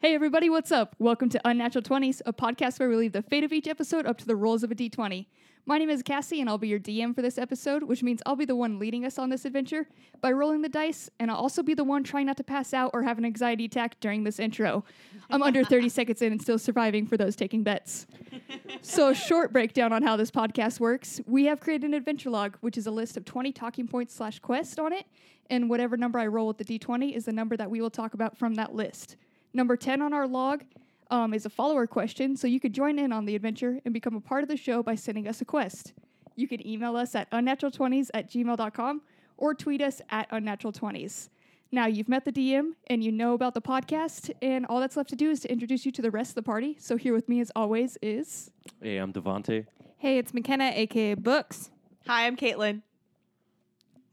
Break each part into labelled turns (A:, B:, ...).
A: Hey everybody, what's up? Welcome to Unnatural 20s, a podcast where we leave the fate of each episode up to the rolls of a d20. My name is Cassie and I'll be your DM for this episode, which means I'll be the one leading us on this adventure by rolling the dice, and I'll also be the one trying not to pass out or have an anxiety attack during this intro. I'm under 30 seconds in and still surviving for those taking bets. So, a short breakdown on how this podcast works. We have created an adventure log, which is a list of 20 talking points slash quest on it, and whatever number I roll with the d20 is the number that we will talk about from that list. Number 10 on our log um, is a follower question, so you could join in on the adventure and become a part of the show by sending us a quest. You can email us at unnatural20s at gmail.com or tweet us at unnatural20s. Now you've met the DM and you know about the podcast, and all that's left to do is to introduce you to the rest of the party. So here with me, as always, is
B: Hey, I'm Devante.
C: Hey, it's McKenna, aka Books.
D: Hi, I'm Caitlin.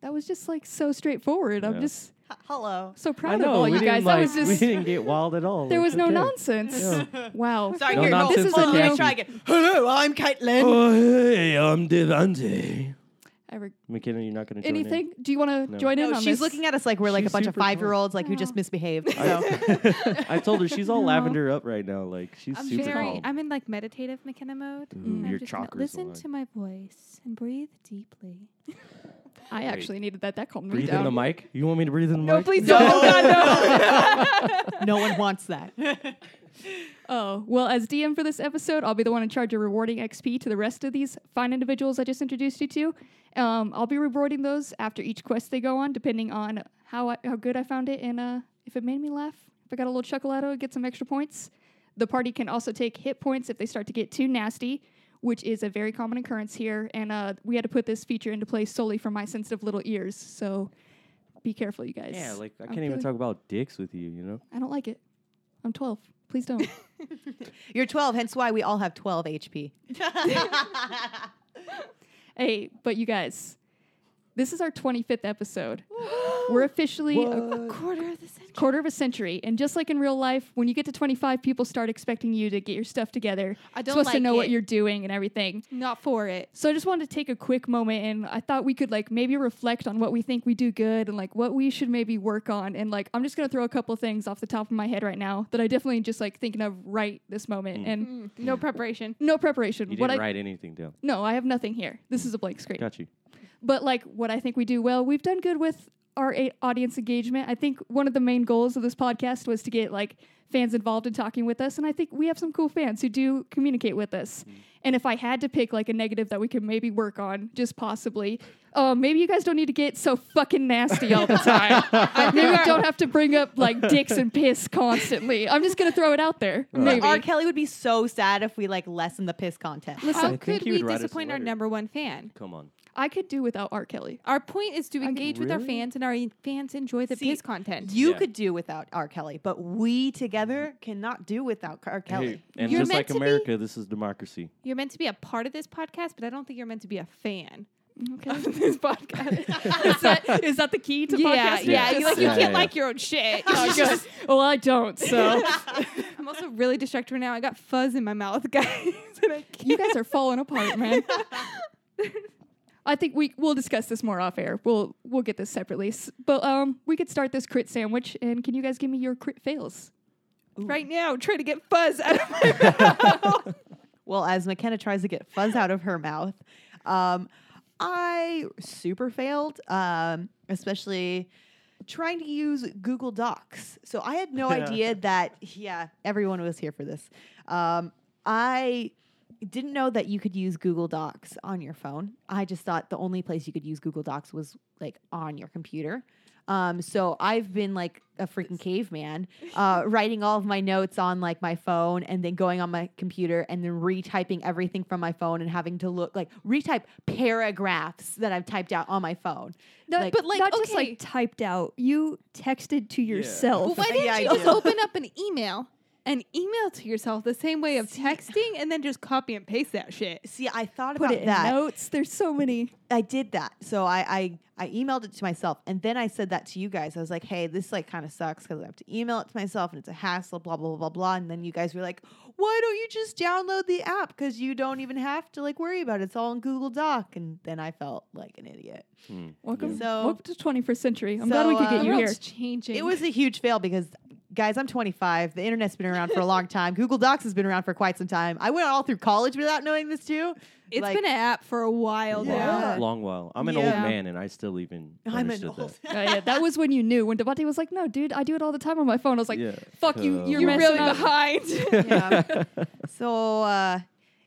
A: that was just like so straightforward. I'm
B: Yeah.
A: just
D: H- hello.
A: so proud
B: I know
A: of all
B: we
A: you guys.
B: didn't like,
A: that was just
B: we didn't get wild at all.
A: there
B: It's
A: was no
B: okay.
A: nonsense. Wow.
D: Sorry,
B: No
D: here, roll.
B: nonsense,
D: Hold on, let
B: Cassie.
D: me try again. Hello, I'm Caitlin.
B: Oh, hey, I'm Devante.
A: I reg-
B: McKenna, you're not going to join in?
A: anything? Do you want to
B: No.
A: join in
D: No,
A: on
D: she's
A: this?
D: looking at us like we're like
B: She's
D: a bunch of
B: super cool.
D: five year olds, like who just
A: Oh.
D: misbehaved. So.
B: I, I told her she's all
A: No.
B: lavender up right now. Like she's
C: I'm
B: super
C: very,
B: calm.
C: I'm in like meditative McKenna mode.
B: Ooh,
C: and I'm
B: your
C: just gonna
B: chakras
C: Listen
B: align.
C: to my voice and breathe deeply.
A: I actually needed that. That calmed me
B: breathe in
A: down.
B: the mic. You want me to breathe in the mic?
D: No. no one wants that.
A: Oh, well, as DM for this episode, I'll be the one in charge of rewarding XP to the rest of these fine individuals I just introduced you to. Um, I'll be rewarding those after each quest they go on, depending on how I, how good I found it and uh, if it made me laugh. If I got a little chuckle out of it, get some extra points. The party can also take hit points if they start to get too nasty, which is a very common occurrence here. And uh, we had to put this feature into place solely for my sensitive little ears, so be careful, you guys.
B: Yeah, like I
A: I'm
B: can't even
A: feeling-
B: talk about dicks with you. You know.
A: I don't like it. I'm 12. Please don't.
D: You're 12, hence why we all have 12 HP.
A: Hey, but you guys, this is our 25th episode. We're officially a
C: Quarter of the century.
A: quarter of a century. And just like in real life, when you get to 25, people start expecting you to get your stuff together.
C: I don't
A: supposed to
C: like
A: know what
C: it.
A: you're doing and everything.
C: Not for it.
A: So I just wanted to take a quick moment and I thought we could like maybe reflect on what we think we do good and like what we should maybe work on. And like I'm just gonna throw a couple things off the top of my head right now that I definitely just like thinking of right this moment. And
C: Mm. No preparation.
A: no preparation.
B: Mm. You
A: what
B: didn't
A: I
B: write anything down.
A: no, I have nothing here. This is a blank screen.
B: Got you.
A: but like what I think we do well, we've done good with our a- audience engagement. I think one of the main goals of this podcast was to get like fans involved in talking with us, and I think we have some cool fans who do communicate with us. And if I had to pick like a negative that we could maybe work on, just possibly, uh, maybe you guys don't need to get so fucking nasty all the time. maybe we don't have to bring up like dicks and piss constantly. I'm just gonna throw it out there. Maybe.
D: R. Kelly would be so sad if we like lessen the piss content.
B: I
C: How
B: think
C: could
B: he
C: we
B: would write us a
C: disappoint our
B: letter.
C: number one fan?
B: Come on.
A: I could do without R. Kelly.
C: Our point is to engage with our
B: Really?
C: fans and our en- fans enjoy the
D: See,
C: piss content.
D: You
B: Yeah.
D: could do without R. Kelly, but we together cannot do without R. Kelly.
B: Hey, and
C: You're
B: just
C: meant
B: like
C: to be-
B: America, this is democracy.
C: You're meant to be a part of this podcast, but I don't think you're meant to be a fan.
A: Okay.
C: this podcast.
A: is, that, is that the key to
C: yeah,
A: podcasting?
C: yeah.
B: Yeah.
C: You, like, you
B: Yeah,
C: can't
B: yeah, yeah.
C: like your own shit.
A: Oh, good. well, I don't. So
C: I'm also really distracted right now. I got fuzz in my mouth, guys. and I can't-
A: you guys are falling apart, man. I think we we'll discuss this more off air. We'll we'll get this separately. S- But um, we could start this crit sandwich. And can you guys give me your crit fails?
C: right now trying to get fuzz out of my
D: Well, as McKenna tries to get fuzz out of her mouth, um, I super failed, um, especially trying to use Google Docs. So I had no idea that, yeah, everyone was here for this. Um, I didn't know that you could use Google Docs on your phone. I just thought the only place you could use Google Docs was like on your computer. Um, so I've been like a freaking caveman, uh, writing all of my notes on like my phone and then going on my computer and then retyping everything from my phone and having to look like retype paragraphs that I've typed out on my phone. Like-
C: but, like,
A: not just
C: okay.
A: like typed out. You texted to
C: Well,
A: yourself.
C: why didn't
D: Yeah, I
C: you
D: do.
C: just open up an email and email to yourself the same way of texting and then just copy and paste that shit?
D: see, I thought
A: Put
D: about
A: it in
D: that.
A: notes. There's so many.
D: I did that. So I, I I emailed it to myself and then I said that to you guys. I was like, hey, this like kind of sucks because I have to email it to myself and it's a hassle, blah, blah, blah, blah, blah. And then you guys were like, why don't you just download the app? Because you don't even have to like worry about it. It's all in Google Doc. And then I felt like an idiot.
B: Hmm.
A: Welcome,
D: So-
A: welcome to 21st century. I'm glad we
D: So,
A: could get
D: um,
A: you
C: The
A: here.
C: world's uh, changing.
D: It was a huge fail because guys, I'm 25. The internet's been around for a long time. Google Docs has been around for quite some time. I went all through college without knowing this too.
C: It's
D: Like,
C: been an app for a while now.
D: Yeah.
B: Long while. I'm an
D: Yeah.
B: old man and I still even
D: I'm an
B: understood
D: old.
B: that.
A: Uh, yeah, that was when you knew. When Devante was like, "No, dude, I do it all the time on my phone." I was like,
B: Yeah.
A: "Fuck you,
B: Uh,
A: you're
C: You're
A: messing
C: really
A: up."
C: behind.
D: yeah. So uh,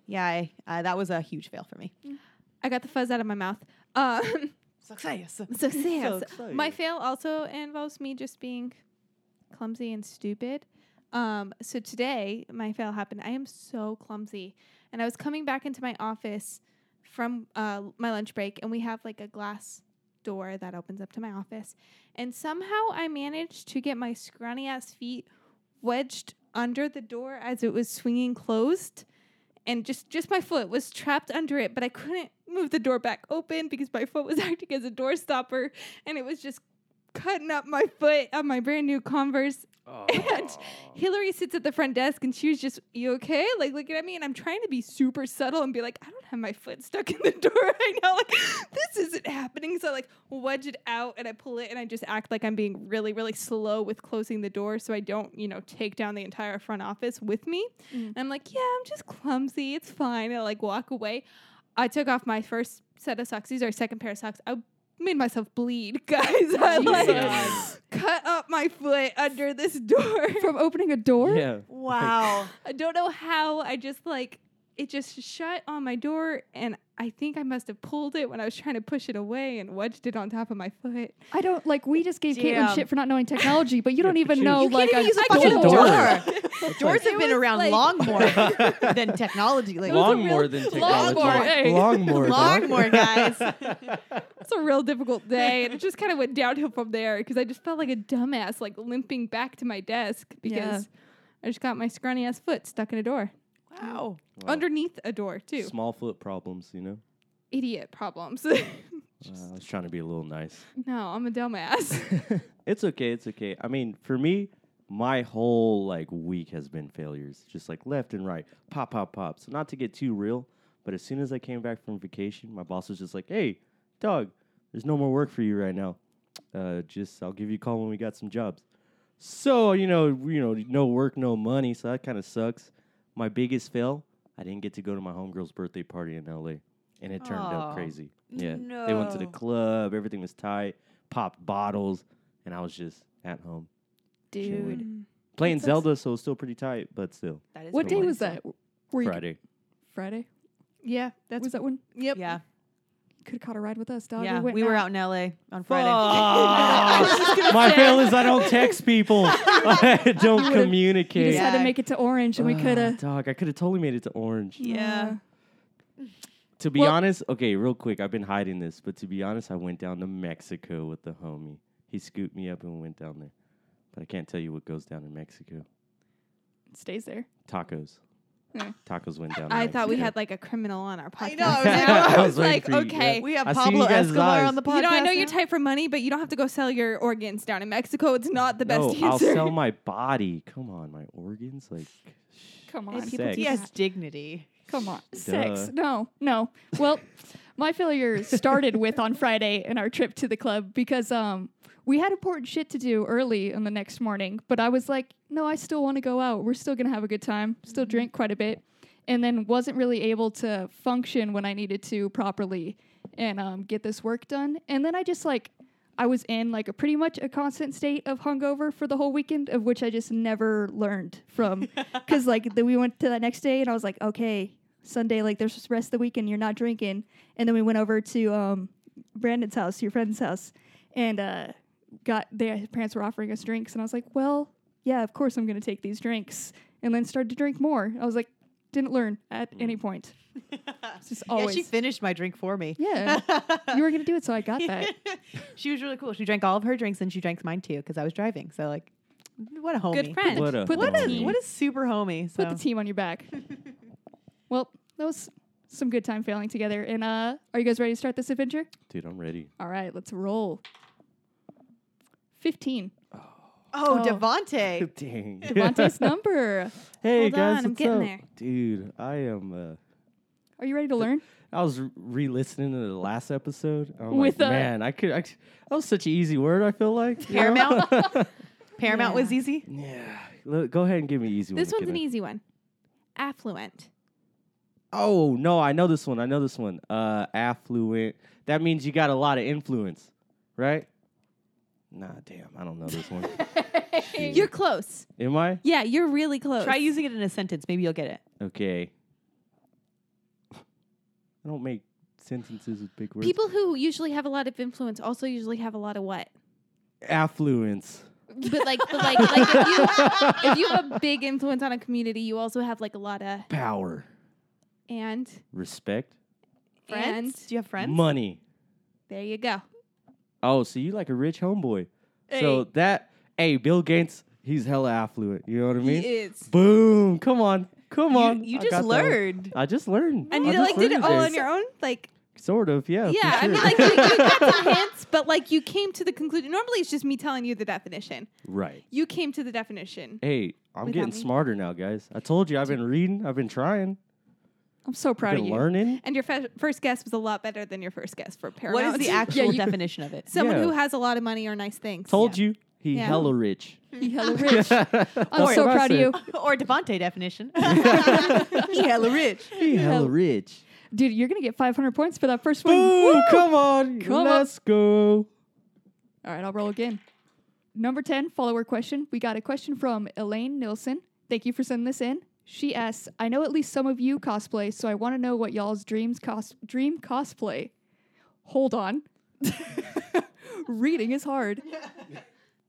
D: yeah, I, uh, that was a huge fail for me.
C: I got the fuzz out of my mouth. Um,
D: Success.
C: so Sam,
B: excited.
C: my fail also involves me just being clumsy and stupid. Um, so today my fail happened. I am so clumsy, and I was coming back into my office from uh, my lunch break, and we have like a glass door that opens up to my office, and somehow I managed to get my scrawny ass feet wedged under the door as it was swinging closed and just just my foot was trapped under it, but I couldn't move the door back open because my foot was acting as a door stopper, and it was just cutting up my foot on my brand new Converse. And Hillary sits at the front desk, and she was just, "You okay?" Like looking at me, and I'm trying to be super subtle and be like, "I don't have my foot stuck in the door right now. Like this isn't happening." So I like wedge it out, and I pull it, and I just act like I'm being really, really slow with closing the door, so I don't, you know, take down the entire front office with me. And I'm like, yeah, I'm just clumsy. It's fine. I like walk away. I took off my first set of socks. These are second pair of socks. I made myself bleed, guys. I
A: Jesus.
C: like cut up my foot under this door.
A: From opening a door,
B: Yeah.
D: Wow.
C: I don't know how. I just like it just shut on my door, and I think I must have pulled it when I was trying to push it away and wedged it on top of my foot.
A: I don't like. We just gave Caitlin
D: Damn.
A: shit for not knowing technology, but you don't
B: Yeah, but
A: even
B: you-
A: know
B: You
A: like
D: can't even use a
A: a
D: fucking
A: door.
D: door.
B: That's
D: Doors
B: like-
D: have been
C: was
D: around
C: like-
D: long more than technology. Like
B: long more than technology.
A: more, hey.
B: Long more.
D: Long
B: dog.
D: more, guys.
C: It's a real difficult day, and it just kind of went downhill from there because I just felt like a dumbass, like limping back to my desk because I just got my scrawny ass foot stuck in a door,
D: wow.
B: Wow.
C: underneath a door too.
B: Small foot problems, you know.
C: Idiot problems.
B: Uh, I was trying to be a little nice.
C: no, I'm a dumbass.
B: it's okay. It's okay. I mean, for me, my whole like week has been failures, just like left and right, pop, pop, pop. So not to get too real, but as soon as I came back from vacation, my boss was just like, "Hey, dog, there's no more work for you right now. Uh, just I'll give you a call when we got some jobs." So you know, you know, no work, no money. So that kind of sucks. My biggest fail, I didn't get to go to my homegirl's birthday party in L.A. And it turned
D: Aw.
B: out crazy. Yeah, they went to the
D: No.
B: club. Everything was tight. Popped bottles and I was just at home
A: Dude,
B: playing
A: That's
B: Zelda, so it was still pretty tight, but still
D: That is
A: what day
B: Really?
A: was that? Were you
B: Friday.
A: Friday?
C: yeah, that's
A: was that when
C: yep.
D: Yeah.
A: could have caught a ride with us, dog?
D: Yeah.
A: went
D: We were
A: out.
D: out in LA on Friday.
B: Fuck! My fail is I don't text people. I don't
A: would've- You
B: communicate.
A: just had to
D: Yeah.
A: make it to Orange, and we
B: Ah,
A: could have.
B: Dog, I could have totally made it to Orange.
D: Yeah.
B: To be
A: Well-
B: honest, okay, real quick, I've been hiding this, but to be honest, I went down to Mexico with the homie. He scooped me up and we went down there. But I can't tell you what goes down in Mexico.
A: stays there.
B: Tacos.
A: Yeah.
B: Tacos went down.
C: I
B: in
C: thought we
B: Mexico.
C: had like a criminal on our
D: I
C: podcast.
D: know, I was like-
C: now.
B: I
C: I
B: was
C: was
B: waiting
C: like,
B: for you, yeah.
C: okay.
D: We have
B: I see you
D: Pablo
B: guys'
D: Escobar
B: eyes.
D: on the podcast.
C: You know, I know you're
D: now.
C: tight for money, but you don't have to go sell your organs down in Mexico. It's not the best
B: no,
C: answer.
B: I'll sell my body. Come on, my organs. Like,
A: Come
C: Hey,
A: on,
C: people
B: Sex.
D: He
C: do
D: has
C: that.
D: dignity.
A: Come on. Six. No, no. Well, my failure started with on Friday and our trip to the club because um we had important shit to do early on the next morning, but I was like, no, I still want to go out. We're still gonna have a good time, still drink quite a bit, and then wasn't really able to function when I needed to properly and um get this work done. And then I just like I was in like a pretty much a constant state of hungover for the whole weekend, of which I just never learned from. Because like then we went to that next day, and I was like, okay, Sunday, like there's just rest of the weekend, you're not drinking. And then we went over to um, Brandon's house, your friend's house, and uh, got there. His parents were offering us drinks, and I was like, well, yeah, of course I'm gonna take these drinks, and then started to drink more. I was like, didn't learn at any point. It's just
D: Yeah,
A: always.
D: she finished my drink for me.
A: yeah, you were gonna do it, so I got that.
D: she was really cool. She drank all of her drinks and she drank mine too because I was driving. So like, what a homie.
C: Good friend.
B: what a
A: Put the
D: What a
A: team.
B: homie.
D: what a super homie. So
A: Put the team on your back. well, that was some good time failing together. And uh, are you guys ready to start this adventure?
B: Dude, I'm ready.
A: All right, let's roll. 15.
D: oh,
A: Oh.
D: Devante.
B: Dang.
A: Devontae's number.
B: hey
C: Hold
B: guys,
C: on, I'm
B: what's
C: getting
B: up?
C: there.
B: Dude, I am.
A: Are you ready to learn?
B: Uh, I was re-listening to the last episode. I'm
A: With
C: uh,
B: like,
A: a-
B: man, I could. I, c- that was such an easy word. I feel like you know?
D: Paramount? Paramount was
C: Yeah.
D: easy.
B: Yeah. Look, go ahead and give me an easy
C: This
B: one.
C: one's an
B: McKenna.
C: easy one. Affluent.
B: Oh no, I know this one. I know this one. Uh, affluent. That means you got a lot of influence, right? Nah, damn, I don't know this one. Shoot.
C: You're close.
B: Am I
C: Yeah, you're really close.
D: Try using it in a sentence. Maybe you'll get it.
B: okay? I don't make sentences with big words.
C: People who usually have a lot of influence also usually have a lot of what?
B: affluence.
C: But like, but like, like if, you, if you have a big influence on a community, you also have like a lot of
B: power,
C: and
B: respect,
C: and
D: Do you have friends?
B: money.
C: there you go.
B: Oh, so you like a rich homeboy?
C: Hey.
B: So that hey, Bill Gates, he's hella affluent. You know what I mean?
C: is.
B: Boom! Come on, come
D: You-
B: on.
D: You,
B: I got
D: just
B: that one.
D: learned.
B: I just learned.
C: And
B: I
C: you
B: just
C: like did it
B: learned
C: all
B: today.
C: on your own, like
B: Sort of, yeah. Oh, for
C: yeah. I mean,
B: sure.
C: like you, you got some hints, but like you came to the conclusion. Normally, it's just me telling you the definition.
B: right.
C: You came to the definition.
B: Hey, I'm
C: Without
B: getting
C: me.
B: smarter now, guys. I told you, I've been reading, I've been trying,
A: I'm so
B: I've
A: proud of
B: been
A: you.
B: learning.
C: And your fe- first guess was a lot better than your first guess for
D: What
C: Paramount.
D: is the
A: Yeah,
D: actual
A: you-
D: definition of it?
C: Someone
B: Yeah.
C: who has a lot of money or nice things.
B: Told you, he
C: Yeah.
B: hella rich.
A: You hella rich.
B: I'm
A: I'm so proud of you.
D: or Devante definition. Hella rich.
B: He hella rich.
A: Dude, you're going to get 500 points for that first one.
B: Boom!
A: Woo!
B: Come on,
A: Come on.
B: let's go.
A: All right, I'll roll again. Number 10, follower question. We got a question from Elaine Nilsson. Thank you for sending this in. She asks, I know at least some of you cosplay, so I want to know what y'all's dreams cos- dream cosplay. Hold on. Reading is hard.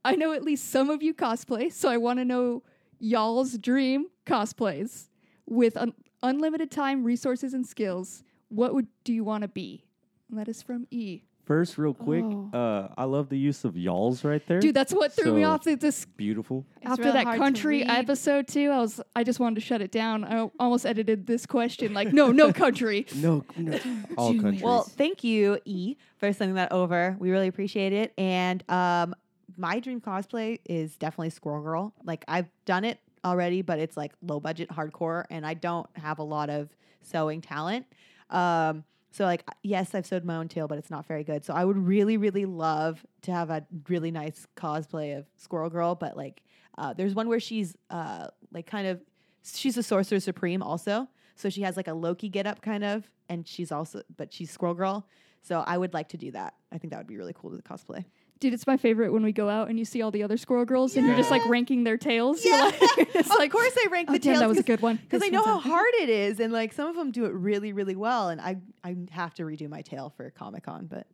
A: I know at least some of you cosplay, so I want to know y'all's dream cosplays. With un- unlimited time, resources, and skills, what would do you want to be? And that is from E.
B: First, real quick,
C: Oh.
B: uh, I love the use of y'all's right there.
A: Dude, that's what threw me
B: So-
A: off. It's this
B: Beautiful.
C: It's
A: after
C: real
A: that
C: hard to
A: country
C: read.
A: episode too, I was I just wanted to shut it down. I al- almost edited this question like no, no country.
B: No, no. All
C: Julie.
B: countries.
D: Well, thank you, E, for sending that over. We really appreciate it. And um, my dream cosplay is definitely Squirrel Girl. Like I've done it already, but it's like low budget hardcore, and I don't have a lot of sewing talent. Um, so like yes, I've sewed my own tail, but it's not very good. So I would really, really love to have a really nice cosplay of Squirrel Girl, but like uh, there's one where she's uh, like kind of she's a sorcerer supreme also. So she has like a Loki get up kind of, and she's also but she's Squirrel Girl. So I would like to do that. I think that would be really cool to cosplay.
A: Dude, it's my favorite when we go out and you see all the other squirrel girls and you're just like ranking their tails. You're
D: Yeah.
A: like, it's
D: of
A: like,
D: course, I rank
A: oh,
D: the
A: damn, that was
D: tails
A: a good one.
D: because
A: This
D: I know
A: one's
D: how
A: a-
D: hard it is, and like some of them do it really, really well. And I I have to redo my tail for Comic Con, but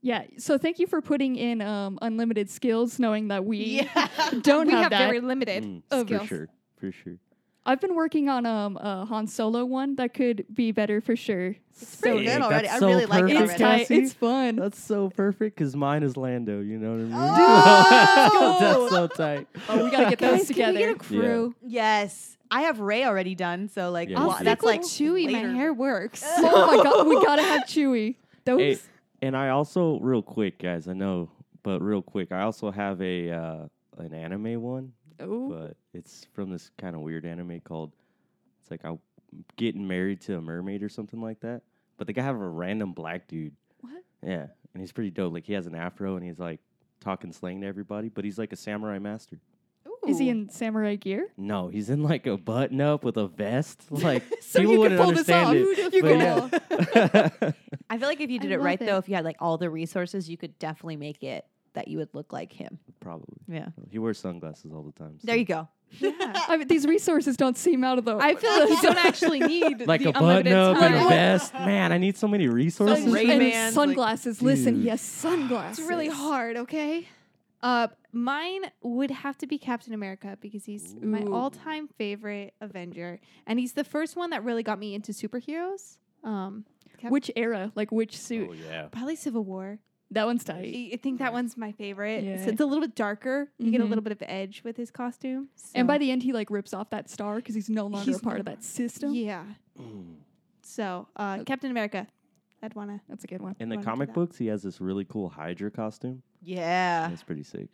A: Yeah. So thank you for putting in um, unlimited skills, knowing that we don't
C: we
A: have,
C: have
A: that.
C: very limited
B: Mm,
A: of
B: for
A: y'all's.
B: sure. For sure.
A: I've been working on um, a Han Solo one that could be better for sure. It's
D: pretty good
B: That's
D: already. I
B: so
D: really like it
B: perfect,
A: It's
D: already.
A: tight.
B: Cassie.
A: It's fun.
B: That's so perfect because mine is Lando. You know what I mean?
D: Oh!
B: That's so tight.
A: oh, we gotta get those
C: Guys,
A: together.
C: can we get a crew?
D: yes, I have Ray already done. So like
B: Yeah, I'll
D: lo-
B: stick
D: that's like
C: Chewy,
D: later.
C: my hair works.
A: oh my god, we gotta have Chewy. That
B: Hey,
A: was-
B: and I also real quick, guys. I know, but real quick, I also have a uh, an anime one,
A: oh.
B: but it's from this kind of weird anime called. It's like I'm getting married to a mermaid or something like that. But they gotta have a random black dude.
A: What?
B: Yeah, and he's pretty dope. Like he has an afro and he's like talking slang to everybody, but he's like a samurai master.
A: Is he
D: Ooh.
A: in samurai gear?
B: No, he's in like a button up with a vest. Like
A: So
B: people
A: you can
B: wouldn't
A: pull this off.
B: understand
A: You
B: but
A: can
B: yeah.
A: pull-
B: it.
D: I feel like if you
C: I
D: did it
C: love
D: right
C: it.
D: though, if you had like all the resources, you could definitely make it that you would look like him.
B: Probably.
D: Yeah.
B: He wears sunglasses all the time.
D: There you go.
C: Yeah.
A: I mean, these resources don't seem out of the.
C: I feel like you don't actually need
B: Like
C: the
B: a button
C: unlimited
B: up and a
C: time.
B: vest. Man, I need so many resources.
D: Ray
A: and
D: Bans, like-
A: sunglasses. Listen,
B: Dude.
A: yes, sunglasses.
C: It's really hard, okay? Uh, mine would have to be Captain America because he's my
A: Ooh.
C: all-time favorite Avenger, and he's the first one that really got me into superheroes. Um, Cap-
A: Which era? Like which suit?
B: Oh yeah.
C: probably Civil War.
A: That one's tight.
C: I I think that one's my favorite.
A: Yeah.
C: So it's a little bit darker. You get a
A: Mhm.
C: little bit of edge with his costume.
A: And by
C: so-
A: the end, he like rips off that star because he's no longer
C: He's
A: a part of
C: no
A: that system.
C: yeah. So uh, Captain America, I'd wanna.
A: That's a good one.
B: In the
C: Run to
B: comic
C: that.
B: books, he has this really cool Hydra costume.
D: Yeah.
B: That's pretty sick.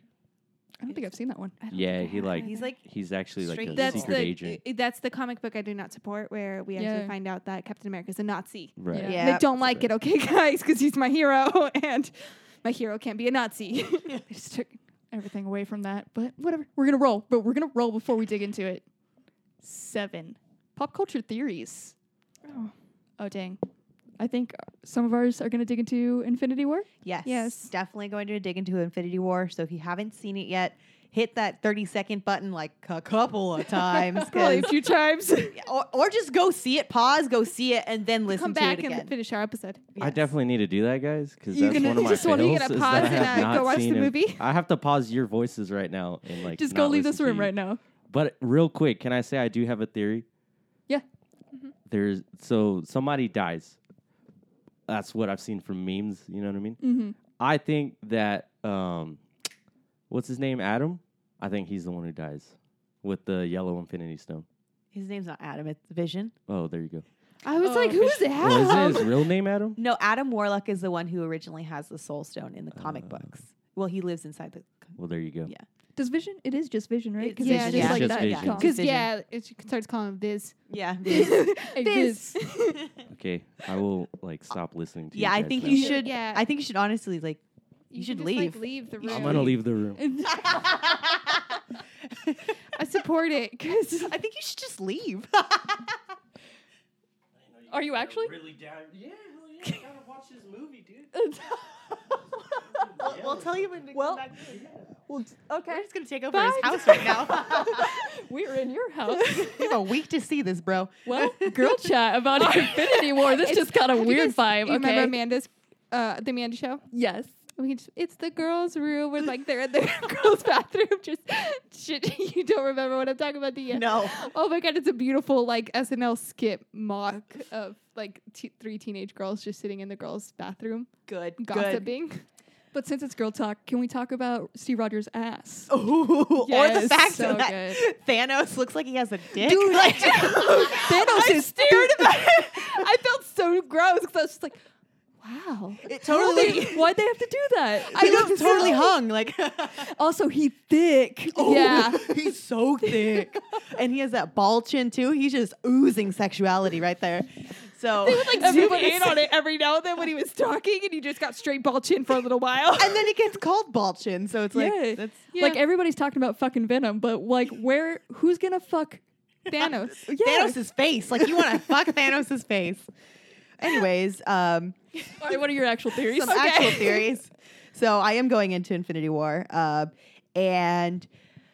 A: I don't think I've seen that one.
C: I don't
B: Yeah,
C: think I
B: he,
C: have
B: like-
C: either.
D: He's like
B: He's actually like
D: Straight
B: a
C: that's
B: secret
C: the
B: agent.
C: i- that's the comic book I do not support where we
A: Yeah.
C: actually find out that Captain America's a Nazi.
B: Right.
A: Yeah.
C: And I don't like
B: right.
C: it, okay, guys, because he's my hero, and my hero can't be a Nazi.
A: I just took. I everything away from that, but whatever. We're gonna roll, but we're gonna roll before we dig into it. Seven. Pop culture theories.
C: Oh.
A: Oh dang. I think some of ours are gonna dig into Infinity War.
D: Yes.
C: Yes.
D: Definitely going to dig into Infinity War. So if you haven't seen it yet, hit that 30 second button like a couple of times. 'cause-
A: Probably a few times.
D: or, or just go see it, pause, go see it, and then listen
C: Come
D: to
C: back
D: it again.
C: and finish our episode.
B: I
D: Yes.
B: definitely need to do that, guys, because
A: You
B: that's
A: gonna-
B: one of
A: you
B: my
A: just
C: wanna-
B: fails.
C: you gonna
B: is
C: pause
B: that I
C: and,
B: have
C: uh, go
B: not
C: watch the
B: seen it.
C: movie?
B: I have to pause your voices right now and like
A: Just
B: not
A: go leave
B: listen
A: this
B: to
A: room
B: you.
A: right now.
B: But real quick, can I say I do have a theory?
A: Yeah.
D: Mm-hmm.
B: There's so somebody dies. That's what I've seen from memes. You know what I mean?
A: Mm-hmm.
B: I think that um, what's his name? Adam. I think he's the one who dies with the yellow Infinity Stone.
D: His name's not Adam, it's Vision.
B: Oh, there you go.
C: I was
A: Oh,
C: like,
A: for
C: who's
A: sure.
C: that?
B: Well, isn't his real name Adam?
D: No, Adam Warlock is the one who originally has the Soul Stone in the
B: Oh.
D: comic books. Well, he lives inside the.
B: Well, there you go.
D: Yeah.
A: Does Vision? It is just Vision, right?
D: It's
C: Yeah, Vision, yeah.
B: Just
A: that
B: Vision.
A: song.
C: Because
D: Vision.
C: yeah, it she starts calling him Viz.
D: Yeah.
A: Hey,
C: Viz.
A: Viz.
B: Okay, I will like stop listening to.
D: yeah, I
B: guys
D: think
B: now.
D: you
C: Yeah.
D: should.
C: Yeah.
D: I think you should honestly like. You should
C: can just,
D: leave.
C: Like, leave the
D: You
C: room.
D: should
B: I'm gonna leave the room.
C: I support it because
D: I think you should just leave.
A: Are you actually?
B: Really down? Yeah, I gotta watch this movie, dude.
D: we'll, Oh, we'll tell you when.
A: Well,
D: we're just gonna take over
A: fine.
D: his house right now.
A: We're in your house.
D: we have a week to see this, bro.
A: Well, girl chat about Infinity War. This just got a weird vibe.
C: You
A: okay.
C: remember Amanda's, uh, the Amanda show?
A: yes.
C: We just, it's the girls' room. We're like they're in the girls' bathroom. Just shit. You don't remember what I'm talking about, do you?
D: No.
C: Oh my god, it's a beautiful like SNL skit mock of like t- three teenage girls just sitting in the girls' bathroom
D: Good. Good.
C: gossiping.
A: But since it's girl talk, can we talk about Steve Rogers' ass?
D: Ooh, or
A: Yes,
D: the fact
A: so
D: that
A: good.
D: Thanos looks like he has a dick.
A: Dude,
D: like,
A: Thanos is
D: stared about it.
C: I felt so gross because I was just like, wow.
D: It
A: Why'd they-
D: totally.
A: Why'd they have to do that?
D: I know, totally hung. Like,
A: Also, he thick.
D: oh,
A: Oh, Yeah.
D: he's so thick, and he has that ball chin too. He's just oozing sexuality right there. So,
C: Like zoom in on it every now and then when he was talking, and you just got straight ball chin for a little while.
D: and then it gets called ball chin. So it's like
A: Yeah.
D: that's
A: Like everybody's talking about fucking Venom, but like, where? Who's gonna fuck?
C: Thanos.
A: Yeah.
D: Thanos' face. Like, you want to fuck Thanos' face. Anyways, um,
A: All right, what are your actual theories?
D: some actual theories. So I am going into Infinity War, uh, and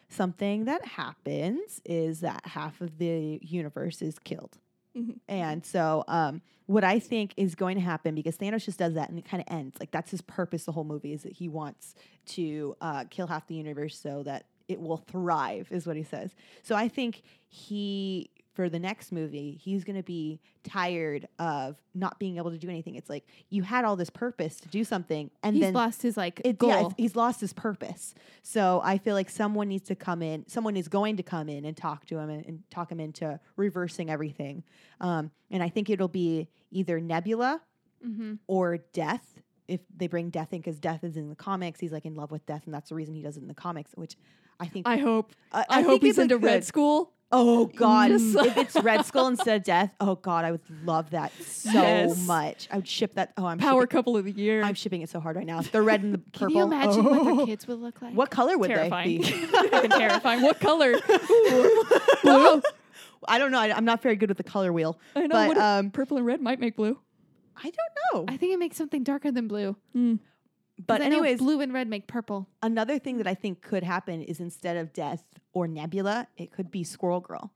D: something that happens is that half of the universe is killed.
A: Mhm.
D: And so, um, what I think is going to happen because Thanos just does that and it kind of ends. Like that's his purpose. The whole movie is that he wants to uh, kill half the universe so that it will thrive, is what he says. So I think he, for the next movie, he's going to be tired of not being able to do anything. It's like you had all this purpose to do something, and
C: he's
D: then
C: lost his like
D: it's
C: goal.
D: yeah, it's- he's lost his purpose. So I feel like someone needs to come in. Someone is going to come in and talk to him and, and talk him into reversing everything. Um, and I think it'll be either Nebula
C: mm-hmm.
D: or Death. If they bring Death in, because Death is in the comics, he's like in love with Death, and that's the reason he does it in the comics. Which I think
A: I hope.
D: I,
A: I,
D: think
A: hope he's
D: it's a
A: into
D: good-
A: Red School.
D: Oh God!
A: Yes.
D: if it's Red Skull instead of Death, oh God, I would love that so
A: Yes.
D: much. I would ship that. Oh, I'm
A: Power
D: Shipping,
A: couple of the year.
D: I'm shipping it so hard right now. The red and the purple.
C: Can you imagine what
D: Oh.
C: their kids would look like?
D: What color would
A: terrifying.
D: they be?
A: Fucking terrifying. What color? Blue.
D: I don't know. I, am not very good with the color wheel.
A: I know.
D: But
A: what
D: um,
A: purple and red might make blue.
D: I don't know.
C: I think it makes something darker than blue. 'Cause
D: but
C: I know
D: anyways,
C: blue and red make purple.
D: another thing that I think could happen is instead of Death or Nebula, it could be Squirrel Girl.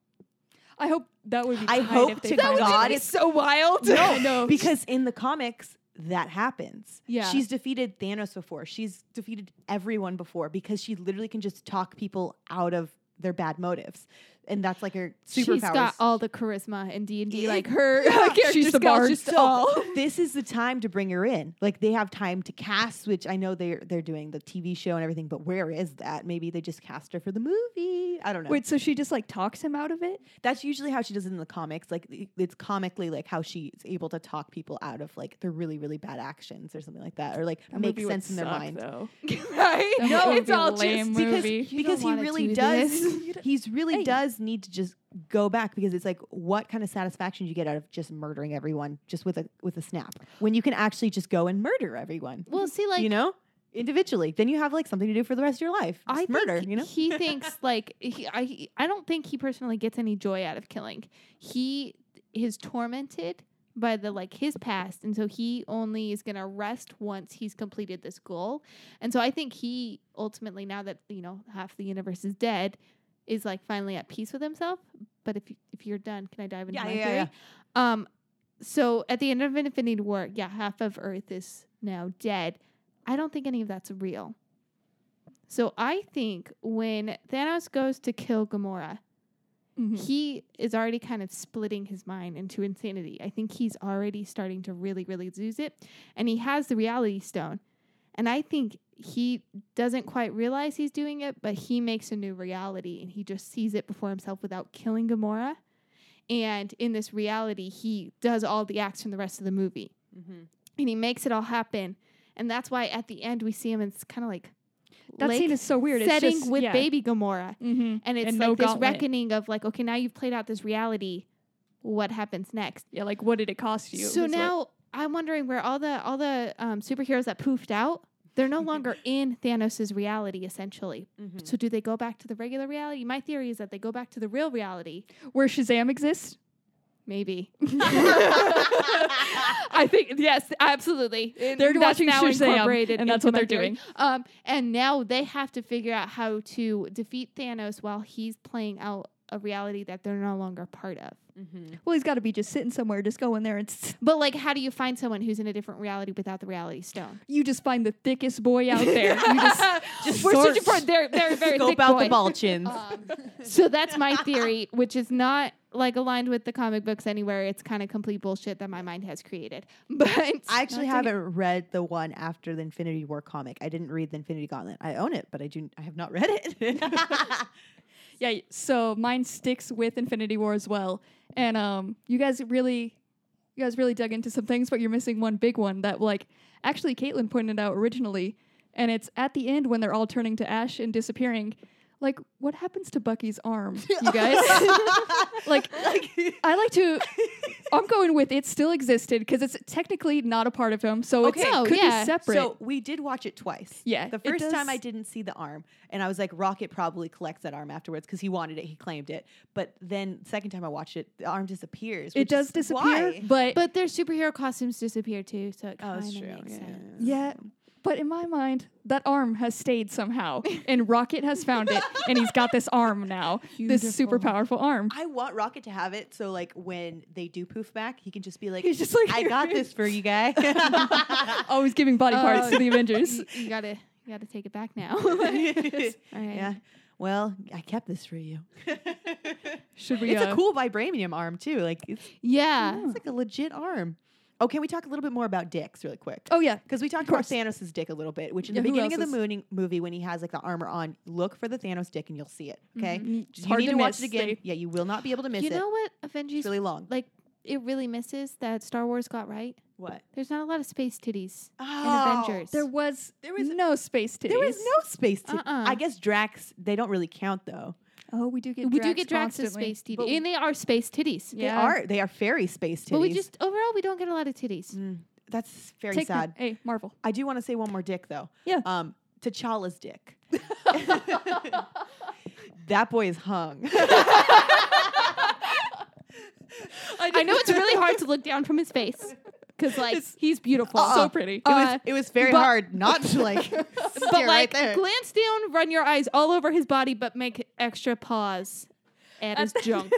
A: I hope that would be.
D: I
A: tight
D: hope
A: if they
D: to
A: find
D: God
A: out.
D: it-
C: It's so wild.
A: I know.
D: Because in the comics, that happens.
A: Yeah.
D: She's defeated Thanos before. She's defeated everyone before because she literally can just talk people out of their bad motives. And that's like her superpower.
C: She's got all the charisma in D and D.
D: Yeah.
C: Like her
D: Yeah.
C: character
A: She's the
C: skills
A: bard.
C: just
D: So
C: all.
D: this is the time to bring her in. Like they have time to cast, which I know they're they're doing the TV show and everything, but where is that? Maybe they just cast her for the movie. I don't know.
A: Wait, so she just like talks him out of it?
D: That's usually how she does it in the comics. Like i- it's comically like how she's able to talk people out of like their really really bad actions or something like that, or like
A: That
D: make
A: movie would
D: sense in their
A: suck,
D: mind.
A: Though.
C: right?
A: That
C: No,
A: would
C: it's
A: be a
C: all
A: lame
C: just
D: Because,
A: movie. You
C: don't
D: because he
C: wanna
D: really
C: do
D: does
C: this.
D: he's really
A: Hey.
D: does need to just go back because it's like what kind of satisfaction do you get out of just murdering everyone just with a with a snap when you can actually just go and murder everyone
C: well, see, like
D: you know individually. Then you have like something to do for the rest of your life.
C: I
D: Just
C: think
D: murder, you know?
C: He thinks like he, I he- I don't think he personally gets any joy out of killing. He is tormented by the like his past and so he only is going to rest once he's completed this goal. And so I think he ultimately now that you know half the universe is dead is like finally at peace with himself. But if you, if you're done, can I dive into
D: Yeah,
C: my
D: yeah,
C: theory?
D: yeah.
C: Um, so at the end of Infinity War, yeah, half of Earth is now dead. I don't think any of that's real. So I think when Thanos goes to kill Gamora,
A: Mhm.
C: he is already kind of splitting his mind into insanity. I think he's already starting to really, really lose it. And he has the reality stone. And I think he doesn't quite realize he's doing it, but he makes a new reality and he just sees it before himself without killing Gamora. And in this reality, he does all the acts from the rest of the movie
D: Mhm.
C: and he makes it all happen. And that's why at the end we see him, and it's kind of like
A: That
C: lake
A: scene is so weird.
C: setting
A: it's just,
C: with
A: yeah.
C: baby Gamora
A: hmm
C: and it's
A: And
C: like
A: no
C: this
A: gauntlet.
C: reckoning of like okay now you've played out this reality what happens next
A: Yeah, like what did it cost you?
C: so
A: It's like-
C: now i'm wondering where all the all the um, superheroes that poofed out they're no longer in thanos' reality essentially
D: mm-hmm.
A: Hmm.
C: so do they go back to the regular reality my theory is that they go back to the real reality
A: where Shazam exists?
C: maybe
D: Mhm.
C: i think yes absolutely And
A: They're
C: that's
A: watching
C: now
A: Shazam,
C: incorporated
A: and that's
C: into
A: what they're
C: my theory.
A: doing.
C: um, and now they have to figure out how to defeat thanos while he's playing out a reality that they're no longer part of
A: Well, he's got to be just sitting somewhere, just going there, and s-
C: But like, how do you find someone who's in a different reality without the reality stone?
A: you just find the thickest boy out there. You just
D: Just
C: We're
D: sort-
C: searching for they're they're very
D: scope
C: thick
D: out
C: boy.
D: the ball chins.
C: Um, so that's my theory, which is not like aligned with the comic books anywhere. It's kind of complete bullshit that my mind has created. But
D: I actually
C: That's okay.
D: haven't read the one after the Infinity War comic. I didn't read the Infinity Gauntlet. I own it, but I do I have not read it.
A: yeah so mine sticks with infinity war as well and um you guys really you guys really dug into some things but you're missing one big one that like actually caitlin pointed out originally and it's at the end when they're all turning to ash and disappearing like what happens to bucky's arm you guys like i like to i'm going with it still existed because it's technically not a part of him so it's
D: Okay.
A: it
C: No,
A: could
C: yeah.
A: be separate
D: So we did watch it twice.
A: Yeah,
D: The
A: it
D: first time I
A: does-
D: didn't see the arm, and I was like, Rocket probably collects that arm afterwards because he wanted it, he claimed it. But then second time I watched it, the arm disappears.
A: it
D: which
A: does
D: is-
A: disappear
D: why?
A: but
C: But their superhero costumes disappear too, so it
D: Oh,
C: kind of
D: that's true.
C: makes
D: Yeah, yeah,
C: sense.
D: yeah.
A: Yeah, but in my mind, that arm has stayed somehow, and Rocket has found it, and he's got this arm now, this super powerful
C: Beautiful.
A: arm.
D: I want Rocket to have it so like when they do poof back, he can just be like,
A: He's just like,
D: I got this for you guys.
A: Always giving body
D: Uh,
A: parts
C: Oh,
A: to the Avengers.
C: You, you gotta you gotta take it back now. All right.
D: yeah. Well, I kept this for you.
A: Should we?
D: It's
A: uh,
D: a cool vibranium arm too. Like it's,
C: Yeah.
D: it's like a legit arm. Oh, can we talk a little bit more about dicks really quick?
A: Oh yeah,
D: Because we talked about Thanos' dick a little bit, which in
A: Yeah,
D: the
A: who
D: beginning of the
A: else's?
D: mooning- movie, when he has like the armor on, look for the Thanos dick and you'll see it. Okay,
A: Mhm. It's
D: you
A: hard
D: need
A: to
D: to, watch
A: miss.
D: it again.
A: They-
D: yeah, you will not be able to miss
C: You
D: it.
C: know what
D: It's
C: Avengers
D: really long.
C: like it really misses that Star Wars got right.
D: What?
C: There's not a lot of space titties in
D: Oh,
C: Avengers.
A: there was
D: There was-
A: no space titties.
D: There was no space. To,
C: Uh-uh.
D: I guess Drax. They don't really count though.
A: Oh, we do get
C: we
A: Drax
C: do get Drax's
A: constantly.
C: space
D: but
C: titties, and they are space titties.
A: Yeah.
D: They are. They are fairy space titties.
C: But we just overall we don't get a lot of titties.
D: Mm, that's very
A: Take
D: sad.
A: that. Hey, Marvel.
D: I do want to say one more dick though.
A: Yeah.
D: Um, T'Challa's dick. that boy is hung.
C: I know it's really hard to look down from his face because like he's beautiful,
A: so
D: uh-uh.
A: pretty.
D: It
C: Uh,
D: was, it was very
C: but-
D: hard not to like stare
C: but like
D: right there.
C: glance down, run your eyes all over his body, but make extra pause at his junk.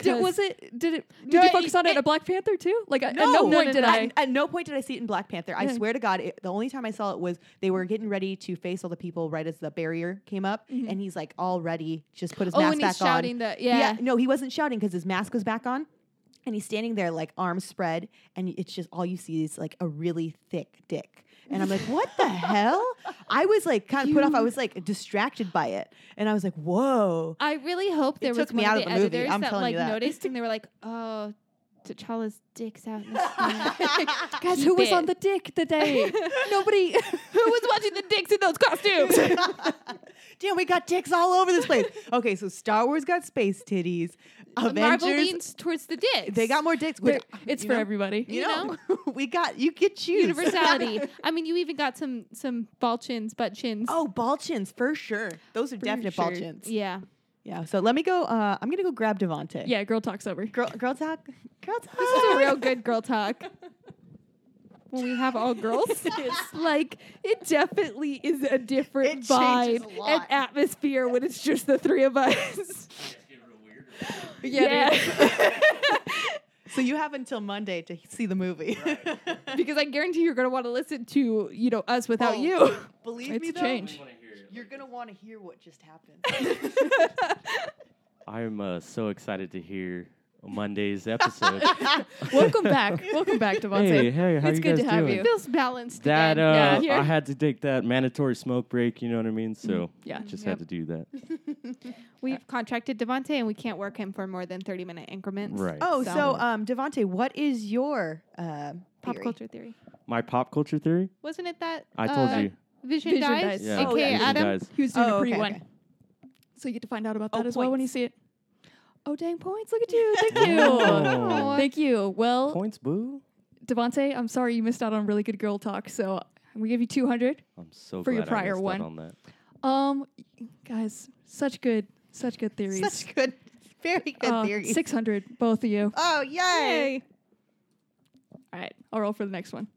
A: Did,
C: 'Cause-
A: was it? Did it? Did
C: No,
A: you focus on it
C: it-
A: at Black Panther too? Like I- at no point did I.
D: At, at no point did I see it in Black Panther. I
A: Yeah.
D: swear to God, it, the only time I saw it was they were getting ready to face all the people right as the barrier came up,
A: Mm-hmm.
D: and he's like all ready, just put his
C: Oh,
D: mask
C: when
D: back
C: he's shouting
D: on.
C: the yeah.
D: no, he wasn't shouting because his mask was back on, and he's standing there like arms spread, and it's just all you see is like a really thick dick. And I'm like, what the hell? I was like kind of put off. I was like distracted by it, and I was like, whoa.
C: I really hope there was
D: took me
C: one
D: out
C: of
D: of the
C: the
D: movie,
C: editors
D: I'm
C: that
D: telling
C: like
D: you that.
C: noticed and they were like, "Oh, T'Challa's dick's out." In the
A: Guys,
C: Keep
A: who was
C: it.
A: on the dick today? Nobody.
C: Who was watching the dicks in those costumes?
D: Damn, we got dicks all over this place. okay, so Star Wars got space titties.
E: The Marvel
D: Avengers,
E: leans towards the dicks.
D: they got more dicks. Which,
A: There- it's
D: you
A: for
D: know,
A: everybody.
D: You
E: you
D: know, we got you could choose
E: universality. I mean, you even got some some ball chins, butt chins.
D: oh, ball chins for sure. Those are definite ball
A: sure.
D: chins.
E: yeah.
D: Yeah. So let me go. Uh, I'm gonna go grab Devonte.
A: Yeah, girl talk's over.
D: Girl, girl talk. Girl talk.
E: This is a real good girl talk. When we have all girls, it's like it definitely is a different
D: It
E: vibe
D: changes a
E: and
D: lot.
E: atmosphere when it's just the three of us. Yeah,
D: So you have until Monday to see the movie.
E: because I guarantee you're gonna want to listen to you know us without
D: Oh.
E: you.
D: Believe
A: It's
D: me,
A: a
D: though,
A: change.
D: you're gonna want to hear what just happened.
B: I'm uh, so excited to hear Monday's episode.
A: Welcome back. Welcome back, Devontae.
B: hey, hey, how
A: it's
B: you
A: good
B: guys
A: to have
B: doing?
A: you.
E: Feels balanced.
B: That
E: again.
B: uh,
E: yeah.
B: I had to take that mandatory smoke break. You know what I mean? So
A: Mm-hmm. yeah.
B: just
E: Yep.
B: had to do that.
C: We've contracted Devonte, and we can't work him for more than thirty minute increments.
B: Right.
D: oh,
C: So-
D: so um, Devonte, what is your um
C: Pop
D: theory?
C: culture theory.
B: My pop culture theory.
C: Wasn't it that
B: I told
C: uh,
B: you.
C: Vision,
A: Vision
C: dies?
A: dies.
B: Yeah.
C: AKA
D: Oh, yeah. Vision
C: Adam.
B: Guys.
A: He was doing
D: Oh,
A: a pre
D: okay,
A: one.
D: okay.
A: So you get to find out about
D: Oh,
A: that as well when you
D: points.
A: see it. Oh, dang points. Look at you. Thank you.
B: Oh.
A: Thank you. Well,
B: Points, boo.
A: Devontae, I'm sorry you missed out on really good girl talk. So I'm going to give you 200.
B: I'm so
A: For your
B: glad
A: prior
B: I missed
A: one.
B: out on that.
A: Um, Guys, such good, such good theories.
D: Such good, very good
A: Uh,
D: theories.
A: 600, both of you.
D: Oh, yay!
A: All right, I'll roll for the next one.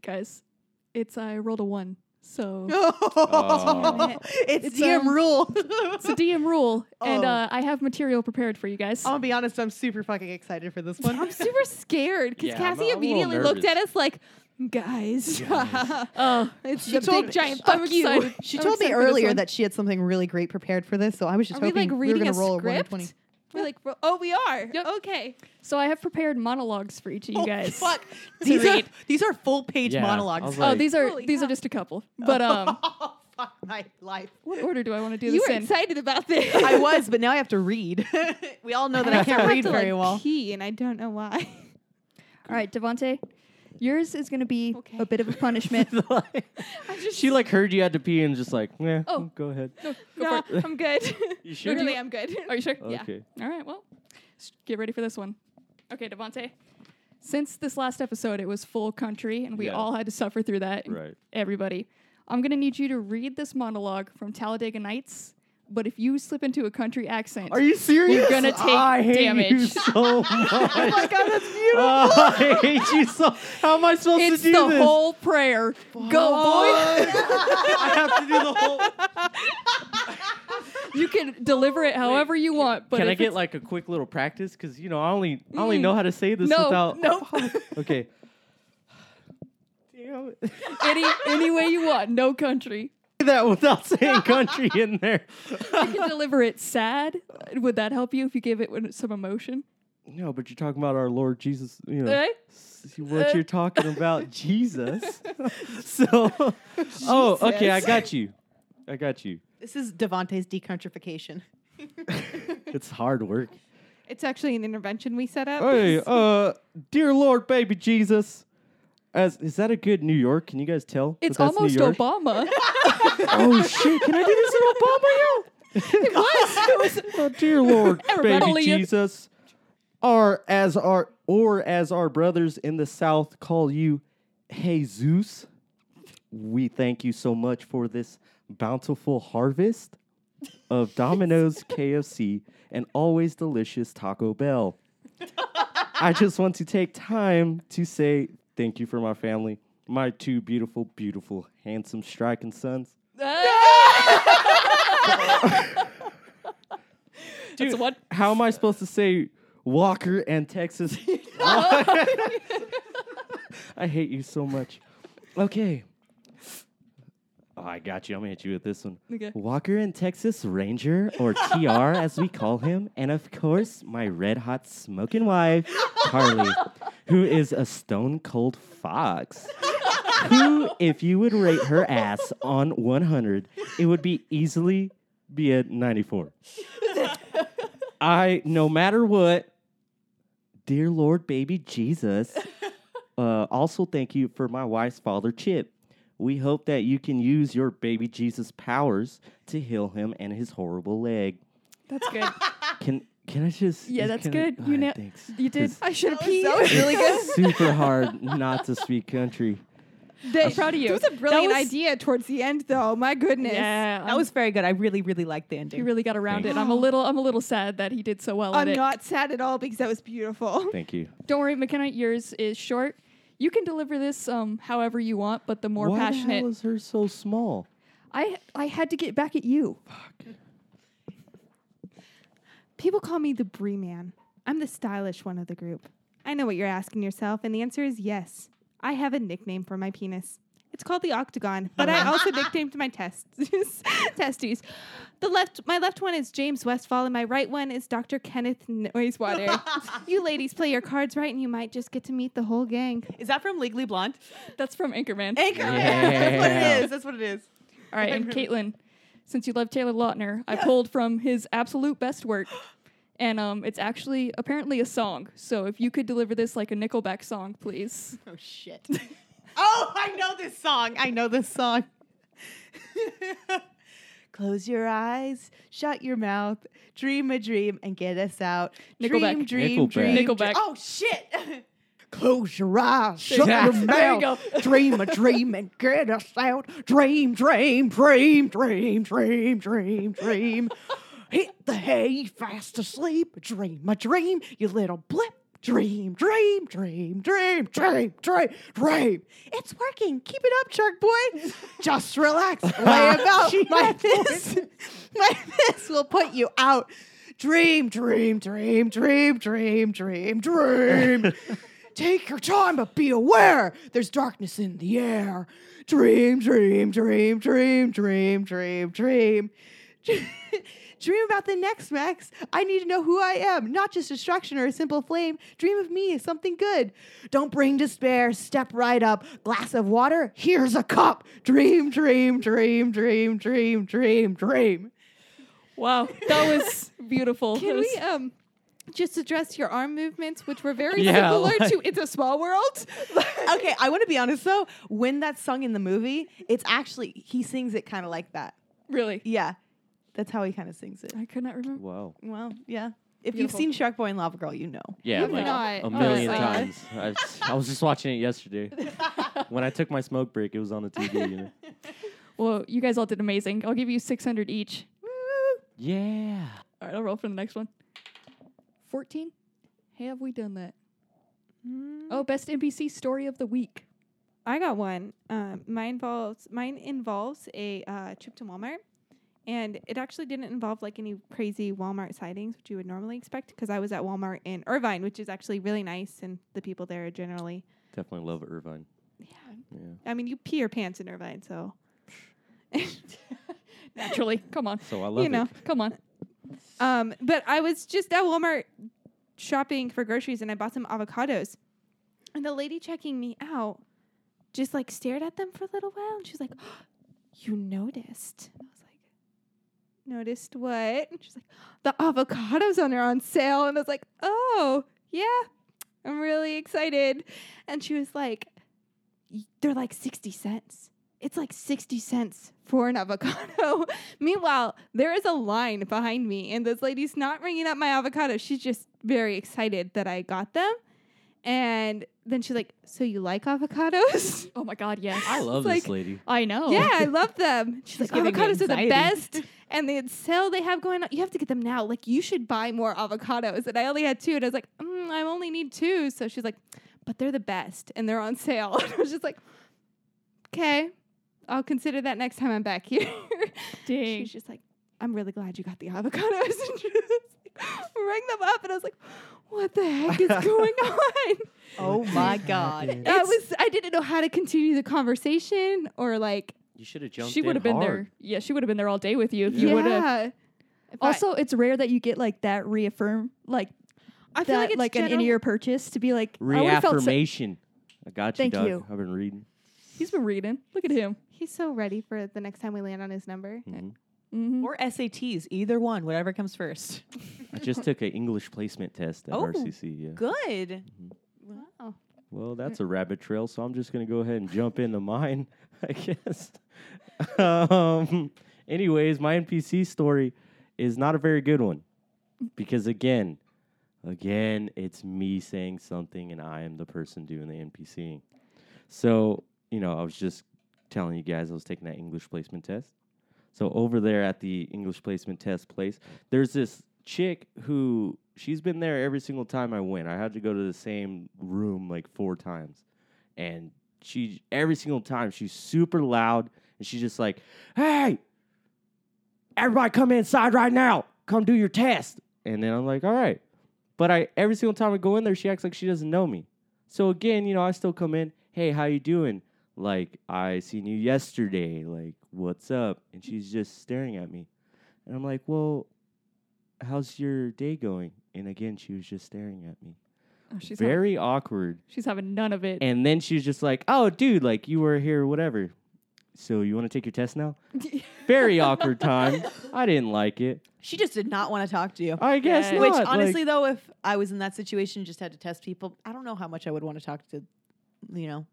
A: Guys, it's I rolled a one. So
B: Oh.
D: it's,
A: It's,
D: DM
A: um,
D: rule.
A: it's a DM rule, and
D: Oh.
A: uh, I have material prepared for you guys.
D: I'll be honest, I'm super fucking excited for this one.
E: Um, I'm super scared because
B: Yeah, I'm-
E: Cassie
B: I'm a little
E: immediately looked at
B: nervous.
E: us like, guys,
A: Oh,
E: it's
D: She
E: the
D: told
E: big
D: me-
E: giant
A: I'm
E: fuck you.
A: excited.
D: She
A: I'm
D: told me
A: excited for this
D: earlier
A: one.
D: that she had something really great prepared for this, so I was just
E: Are we
D: hoping
E: like
D: were
E: reading
D: gonna
E: a
D: roll a one in
E: script?
D: twenty.
E: We're like, "Ro- oh, we are.
A: Yep.
E: Okay.
A: So I have prepared monologues for each of you
E: Oh,
A: guys.
D: fuck! These are
A: read.
D: these are full page
B: Yeah, I
D: monologues.
B: was
A: Oh,
B: Like-
A: these are
E: Holy
A: these are
E: cow.
A: just a couple. But um,
D: oh, fuck my life.
A: what order do I want to do
E: you
A: this
E: were
A: in?
E: excited about this.
D: I was, but now I have to read. we all know that
C: And
D: I
C: I
D: can't
C: have
D: read
C: to,
D: very
C: like,
D: well.
C: Pee, and I don't know why.
A: All right, Devonte, yours is going to be
E: Okay.
A: a bit of a punishment.
B: she like heard you had to pee and just like, yeah,
A: Oh.
B: go ahead.
E: no, I'm good.
B: You sure?
E: Literally, I'm good.
A: Are you sure?
B: Okay.
A: All right. Well, s- get ready for this one. Okay, Devonte. Since this last episode, it was full country, and we
B: Yeah.
A: all had to suffer through that. and
B: Right.
A: Everybody, I'm going to need you to read this monologue from Talladega Nights. But if you slip into a country accent,
B: Are you serious?
A: You're gonna take
B: I hate You
A: damage.
B: so much. oh my god,
D: that's
B: beautiful. I hate you so. How am I supposed
A: it's
B: to
A: the
B: do this?
A: whole prayer. Go, boy.
B: I have to do the whole.
A: You can deliver it however you want. But
B: Can I
A: if
B: get
A: it's- Mm.
B: like a quick little practice? Because you know, I only I only know how to say this
A: no,
B: without.
A: no,
B: Okay. Damn it.
A: any any way you want, no country.
B: that without saying country in there.
A: You can deliver it sad. Would that help you if you gave it with some emotion?
B: no, but you're talking about our Lord Jesus. You know,
A: Eh?
B: s- what you're talking about, Jesus. so, oh, okay, I got you. I got you.
D: This is Devonte's decountrification.
B: It's hard work.
C: It's actually an intervention we set up.
B: Hey, uh, dear Lord, baby Jesus. As, is that a good New York? Can you guys tell? that
A: It's
B: that's
A: almost
B: New York?
A: Obama.
B: Oh shit! Can I do this in Obama? It was. It was. Oh dear Lord, baby
A: Everybody-
B: Jesus, are as our or as our brothers in the South call you, Jesus. We thank you so much for this bountiful harvest of Domino's, KFC, and always delicious Taco Bell. I just want to take time to say thank you for my family, my two beautiful, beautiful, handsome, striking sons.
A: That's one.
B: How am I supposed to say Walker and Texas? I hate you so much. Okay. Oh, I got you. I'm gonna hit you with this one.
A: Okay.
B: Walker and Texas Ranger, or TR as we call him, and of course my red hot smoking wife, Carly, who is a stone cold fox. Who, if you would rate her ass on 100, it would be easily be at 94. I, no matter what, dear Lord, baby Jesus. Uh, also, thank you for my wife's father, Chip. We hope that you can use your baby Jesus powers to heal him and his horrible leg.
A: That's good.
B: Can can I just?
A: Ah. Yeah,
B: is-
A: that's
B: can I-
A: good. You
B: Alright,
A: know-
B: thanks.
A: You did.
B: 'Cause
A: I should have
F: That was- that was really good.
B: it's Super hard not to speak country.
A: I'm proud of you.
C: It was a brilliant
A: was-
C: idea towards the end, though. My goodness.
A: Yeah,
F: That was very good. I really, really liked the ending.
A: He really got around
B: Thanks.
A: it. I'm a little. I'm a little sad that he did so well at
C: I'm
A: it.
C: not sad at all because that was beautiful.
B: Thank you.
A: Don't worry, McKenna. Yours is short. You can deliver this um, however you want, but the more
B: Why The
A: passionate.
B: hell is her so small?
A: I I had to get back at you.
C: People call me the Brie Man. I'm the stylish one of the group. I know what you're asking yourself, and the answer is yes. I have a nickname for my penis. It's called the octagon, but I also nicknamed my testes, testes. The left, my left one is James Westfall, and my right one is Dr. Kenneth Noisewater. you ladies play your cards right, and you might just get to meet the whole gang.
F: Is that from Legally Blonde?
A: That's from Anchorman.
F: Anchor.
B: Yeah.
F: That's what it is. That's what it is.
A: All right, and Caitlin, since you love Taylor Lautner, I pulled from his absolute best work, and um, it's actually apparently a song. So if you could deliver this like a Nickelback song, please.
F: Oh shit. oh, I know this song. I know this song. Close your eyes, shut your mouth, dream a dream, and get us out. Dream,
A: Nickelback.
F: dream,
B: Nickelback.
F: dream. dr-
A: Nickelback.
F: Oh shit. Close your eyes, shut your mouth.
A: There you
F: dream a dream and get us out. Dream, dream, dream, dream, dream, dream, dream. Hit the hay, fast asleep. Dream a dream, you little blip. Dream, dream, dream, dream, dream, dream, dream. It's working. Keep it up, shark boy. Just relax. Lay about. my fist, my fist will put you out. Dream, dream, dream, dream, dream, dream, dream. Take your time, but be aware there's darkness in the air. Dream, dream, dream, dream, dream, dream, dream. Dream about the next, Max. I need to know who I am, not just distraction or a simple flame. Dream of me as something good. Don't bring despair. Step right up. Glass of water. Here's a cup. Dream, dream, dream, dream, dream, dream, dream.
A: Wow, that was beautiful. That
C: Can
A: was-
C: we um just address your arm movements, which were very
B: Yeah,
C: similar
B: like-
C: to "It's a Small World"?
F: okay, I want to be honest though. When that's sung in the movie, it's actually he sings it kind of like that.
A: really?
F: Yeah, that's how he kind of sings it.
A: I could not remember.
B: Wow.
F: Well, yeah. If
A: Beautiful.
F: you've seen Shark Boy and Lava Girl, you know.
B: Yeah, like
C: not.
B: a
C: Oh,
B: million
C: sorry.
B: times. I, I was just watching it yesterday. when I took my smoke break, it was on the TV. You know?
A: Well, you guys all did amazing. I'll give you 600 each.
B: Yeah.
A: All right, I'll roll for the next one. 14. Have we done that?
C: Hmm.
A: Oh, best NPC story of the week.
C: I got one. Um, mine involves mine involves a uh, trip to Walmart, and it actually didn't involve like any crazy Walmart sightings, which you would normally expect, because I was at Walmart in Irvine, which is actually really nice, and the people there are generally.
B: Definitely love Irvine. Yeah.
C: I mean, you pee your pants in Irvine, so
A: Naturally. Come on.
B: So I love
C: you know.
B: it.
A: Come on.
C: Um, but I was just at Walmart shopping for groceries and I bought some avocados. And the lady checking me out just like stared at them for a little while and she's like, You noticed. And I was like, Noticed what? And she's like, The avocados on are on sale. And I was like, Oh, yeah, I'm really excited. And she was like, "Y- They're like 60 cents. It's like 60 cents for an avocado. Meanwhile, there is a line behind me, and this lady's not ringing up my avocado. She's just very excited that I got them. And then she's like, So you like avocados?
A: Oh my God, yes.
B: I love
C: like-
B: this lady.
A: I know.
C: Yeah, I love them. She's,
F: Oh. She's
C: like,
F: giving me
C: Avocados are the
F: anxiety."
C: best. And the sale they have going on, you have to get them now. Like, you should buy more avocados. And I only had two, and I was like, mm, I only need two. So she's like, But they're the best, and they're on sale. And I was just like, Okay, I'll consider that next time I'm back here. She
A: Dang.
C: was just like, I'm really glad you got the avocados. and she was like, rang them up, and I was like, what the heck is going on?
F: Oh my god.
C: I was I didn't know how to continue the conversation or like
B: You should have jumped.
A: she would have been there. Yeah, she would have been there all day with you if you would have.
C: yeah. If I-
A: Also, it's rare that you get like that reaffirm, like
C: I,
A: that, like, an in-ear purchase to be like I would've felt so-
B: Reaffirmation. I got you,
A: Thank
B: Doug.
A: you.
B: I've been reading.
A: He's been reading. Look at him.
C: He's so ready for the next time we land on his number.
E: Mm-hmm.
B: Mhm.
A: Mhm.
F: Or SATs, either one, whatever comes first.
B: I just took an English placement test at
F: Oh,
B: RCC. Yeah.
F: Good.
C: Wow.
B: Well, Well, that's a rabbit trail, so I'm just gonna go ahead and jump into mine, I guess. um, anyways, my NPC story is not a very good one because again, again, it's me saying something and I am the person doing the NPCing. So you know, I was just telling you guys I was taking that English placement test. So over there at the English placement test place, there's this chick who she's been there every single time I went. I had to go to the same room like four times. And she every single time she's super loud and she's just like, "Hey! Everybody come inside right now. Come do your test." And then I'm like, "All right." But I every single time I go in there, she acts like she doesn't know me. So again, you know, I still come in, "Hey, how you doing?" Like, "I seen you yesterday." Like, "What's up?" And she's just staring at me. And I'm like, "Well, how's your day going? And again, she was just staring at me.
A: Oh, she's having-
B: Very awkward.
A: she's having none of it.
B: And then she was just like, oh, dude, like you were here, whatever. So you want to take your test now? Very awkward time. I didn't like it.
D: She just did not want to talk to you.
B: I guess
A: Yeah.
B: not.
A: Yes.
D: Which
B: like-
D: honestly, though, if I was in that situation, just had to test people, I don't know how much I would want to talk to, you know.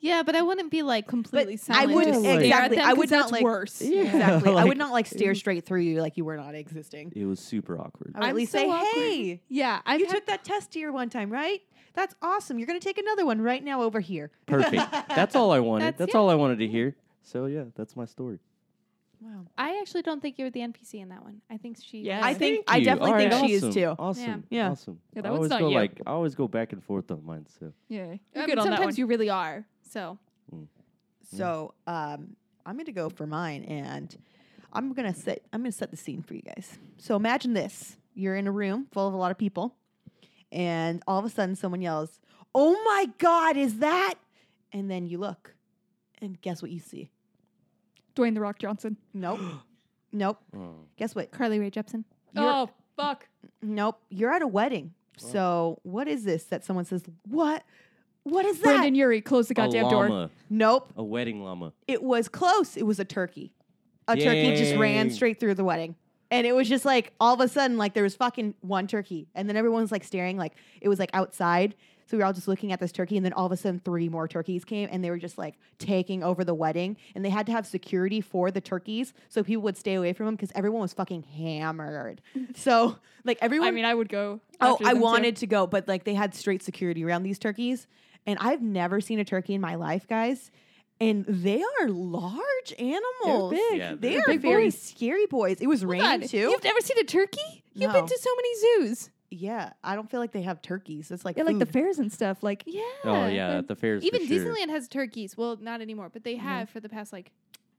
E: Yeah, but I wouldn't be like completely
D: I
E: silent.
D: would
E: just
B: wouldn't,
E: stare at
D: exactly.
E: them
D: I
E: 'cause
D: would not
E: that's
D: like
E: worse.
B: Yeah,
D: Exactly. I
B: like,
D: would not like stare straight through you like you were not existing.
B: It was super awkward.
D: I would
E: I'm
D: at least
E: so
D: say,
E: awkward.
D: "Hey,
E: Yeah, I
D: you took that test here one time, right? That's awesome. You're going to take another one right now over here."
B: Perfect. That's all I wanted. That's,
E: That's-
B: all I wanted to hear. So yeah, that's my story.
D: Wow.
E: I actually don't think you were the NPC in that one. I think she.
A: Yeah.
E: was-
D: I
A: Thank
D: think
B: Thank
D: I
B: you.
D: definitely
B: All right,
D: think she is
B: awesome,
D: too.
B: Awesome.
D: Yeah.
B: Awesome.
A: Yeah, that
B: I
A: one's
B: always
A: not
B: go
A: you.
B: like I always go back and forth on mine. So
A: yeah,
E: I
A: you're
E: mean,
A: good on
E: sometimes
A: that one.
E: you really are. So
D: So, um, I'm going to go for mine, and I'm going to set. I'm going to set the scene for you guys. So imagine this: you're in a room full of a lot of people, and all of a sudden someone yells, "Oh my God, is that?" And then you look, and guess what you see?
A: Dwayne the Rock Johnson.
D: Nope. nope.
B: oh.
D: Guess what?
E: Carly Rae Jepsen.
D: You're-
A: oh fuck!
D: Nope. You're at a wedding.
B: Wow.
D: So what is this that someone says? What? What is that?
A: Brendan Yuri, close the goddamn
B: a
A: door.
B: llama,
D: Nope.
B: a wedding llama.
D: It was close. It was a turkey. A turkey just ran
B: Dang.
D: straight through the wedding. And it was just like all of a sudden, like there was fucking one turkey. And then everyone was like staring, like it was like outside. So we were all just looking at this turkey. And then all of a sudden, three more turkeys came and they were just like taking over the wedding. And they had to have security for the turkeys. So people would stay away from them because everyone was fucking hammered. so, like, everyone.
A: I mean, I would go.
D: Oh,
A: after
D: I
A: them, too.
D: wanted to go, but like they had straight security around these turkeys. And I've never seen a turkey in my life, guys. And they are large animals.
A: big.
B: Yeah,
D: they
B: they're
D: are
A: big
D: very
A: boys.
D: scary boys. It was raining
E: God,
D: too.
E: You've never seen a turkey? You've
D: No.
E: been to so many zoos.
D: yeah, I don't feel like they have turkeys. It's like
A: Yeah, like the
D: food.
A: fairs and stuff. Like
E: Yeah.
B: Oh yeah, at the fairs. for
E: Even
B: sure.
E: Disneyland has turkeys. Well, not anymore, but they have for the past like.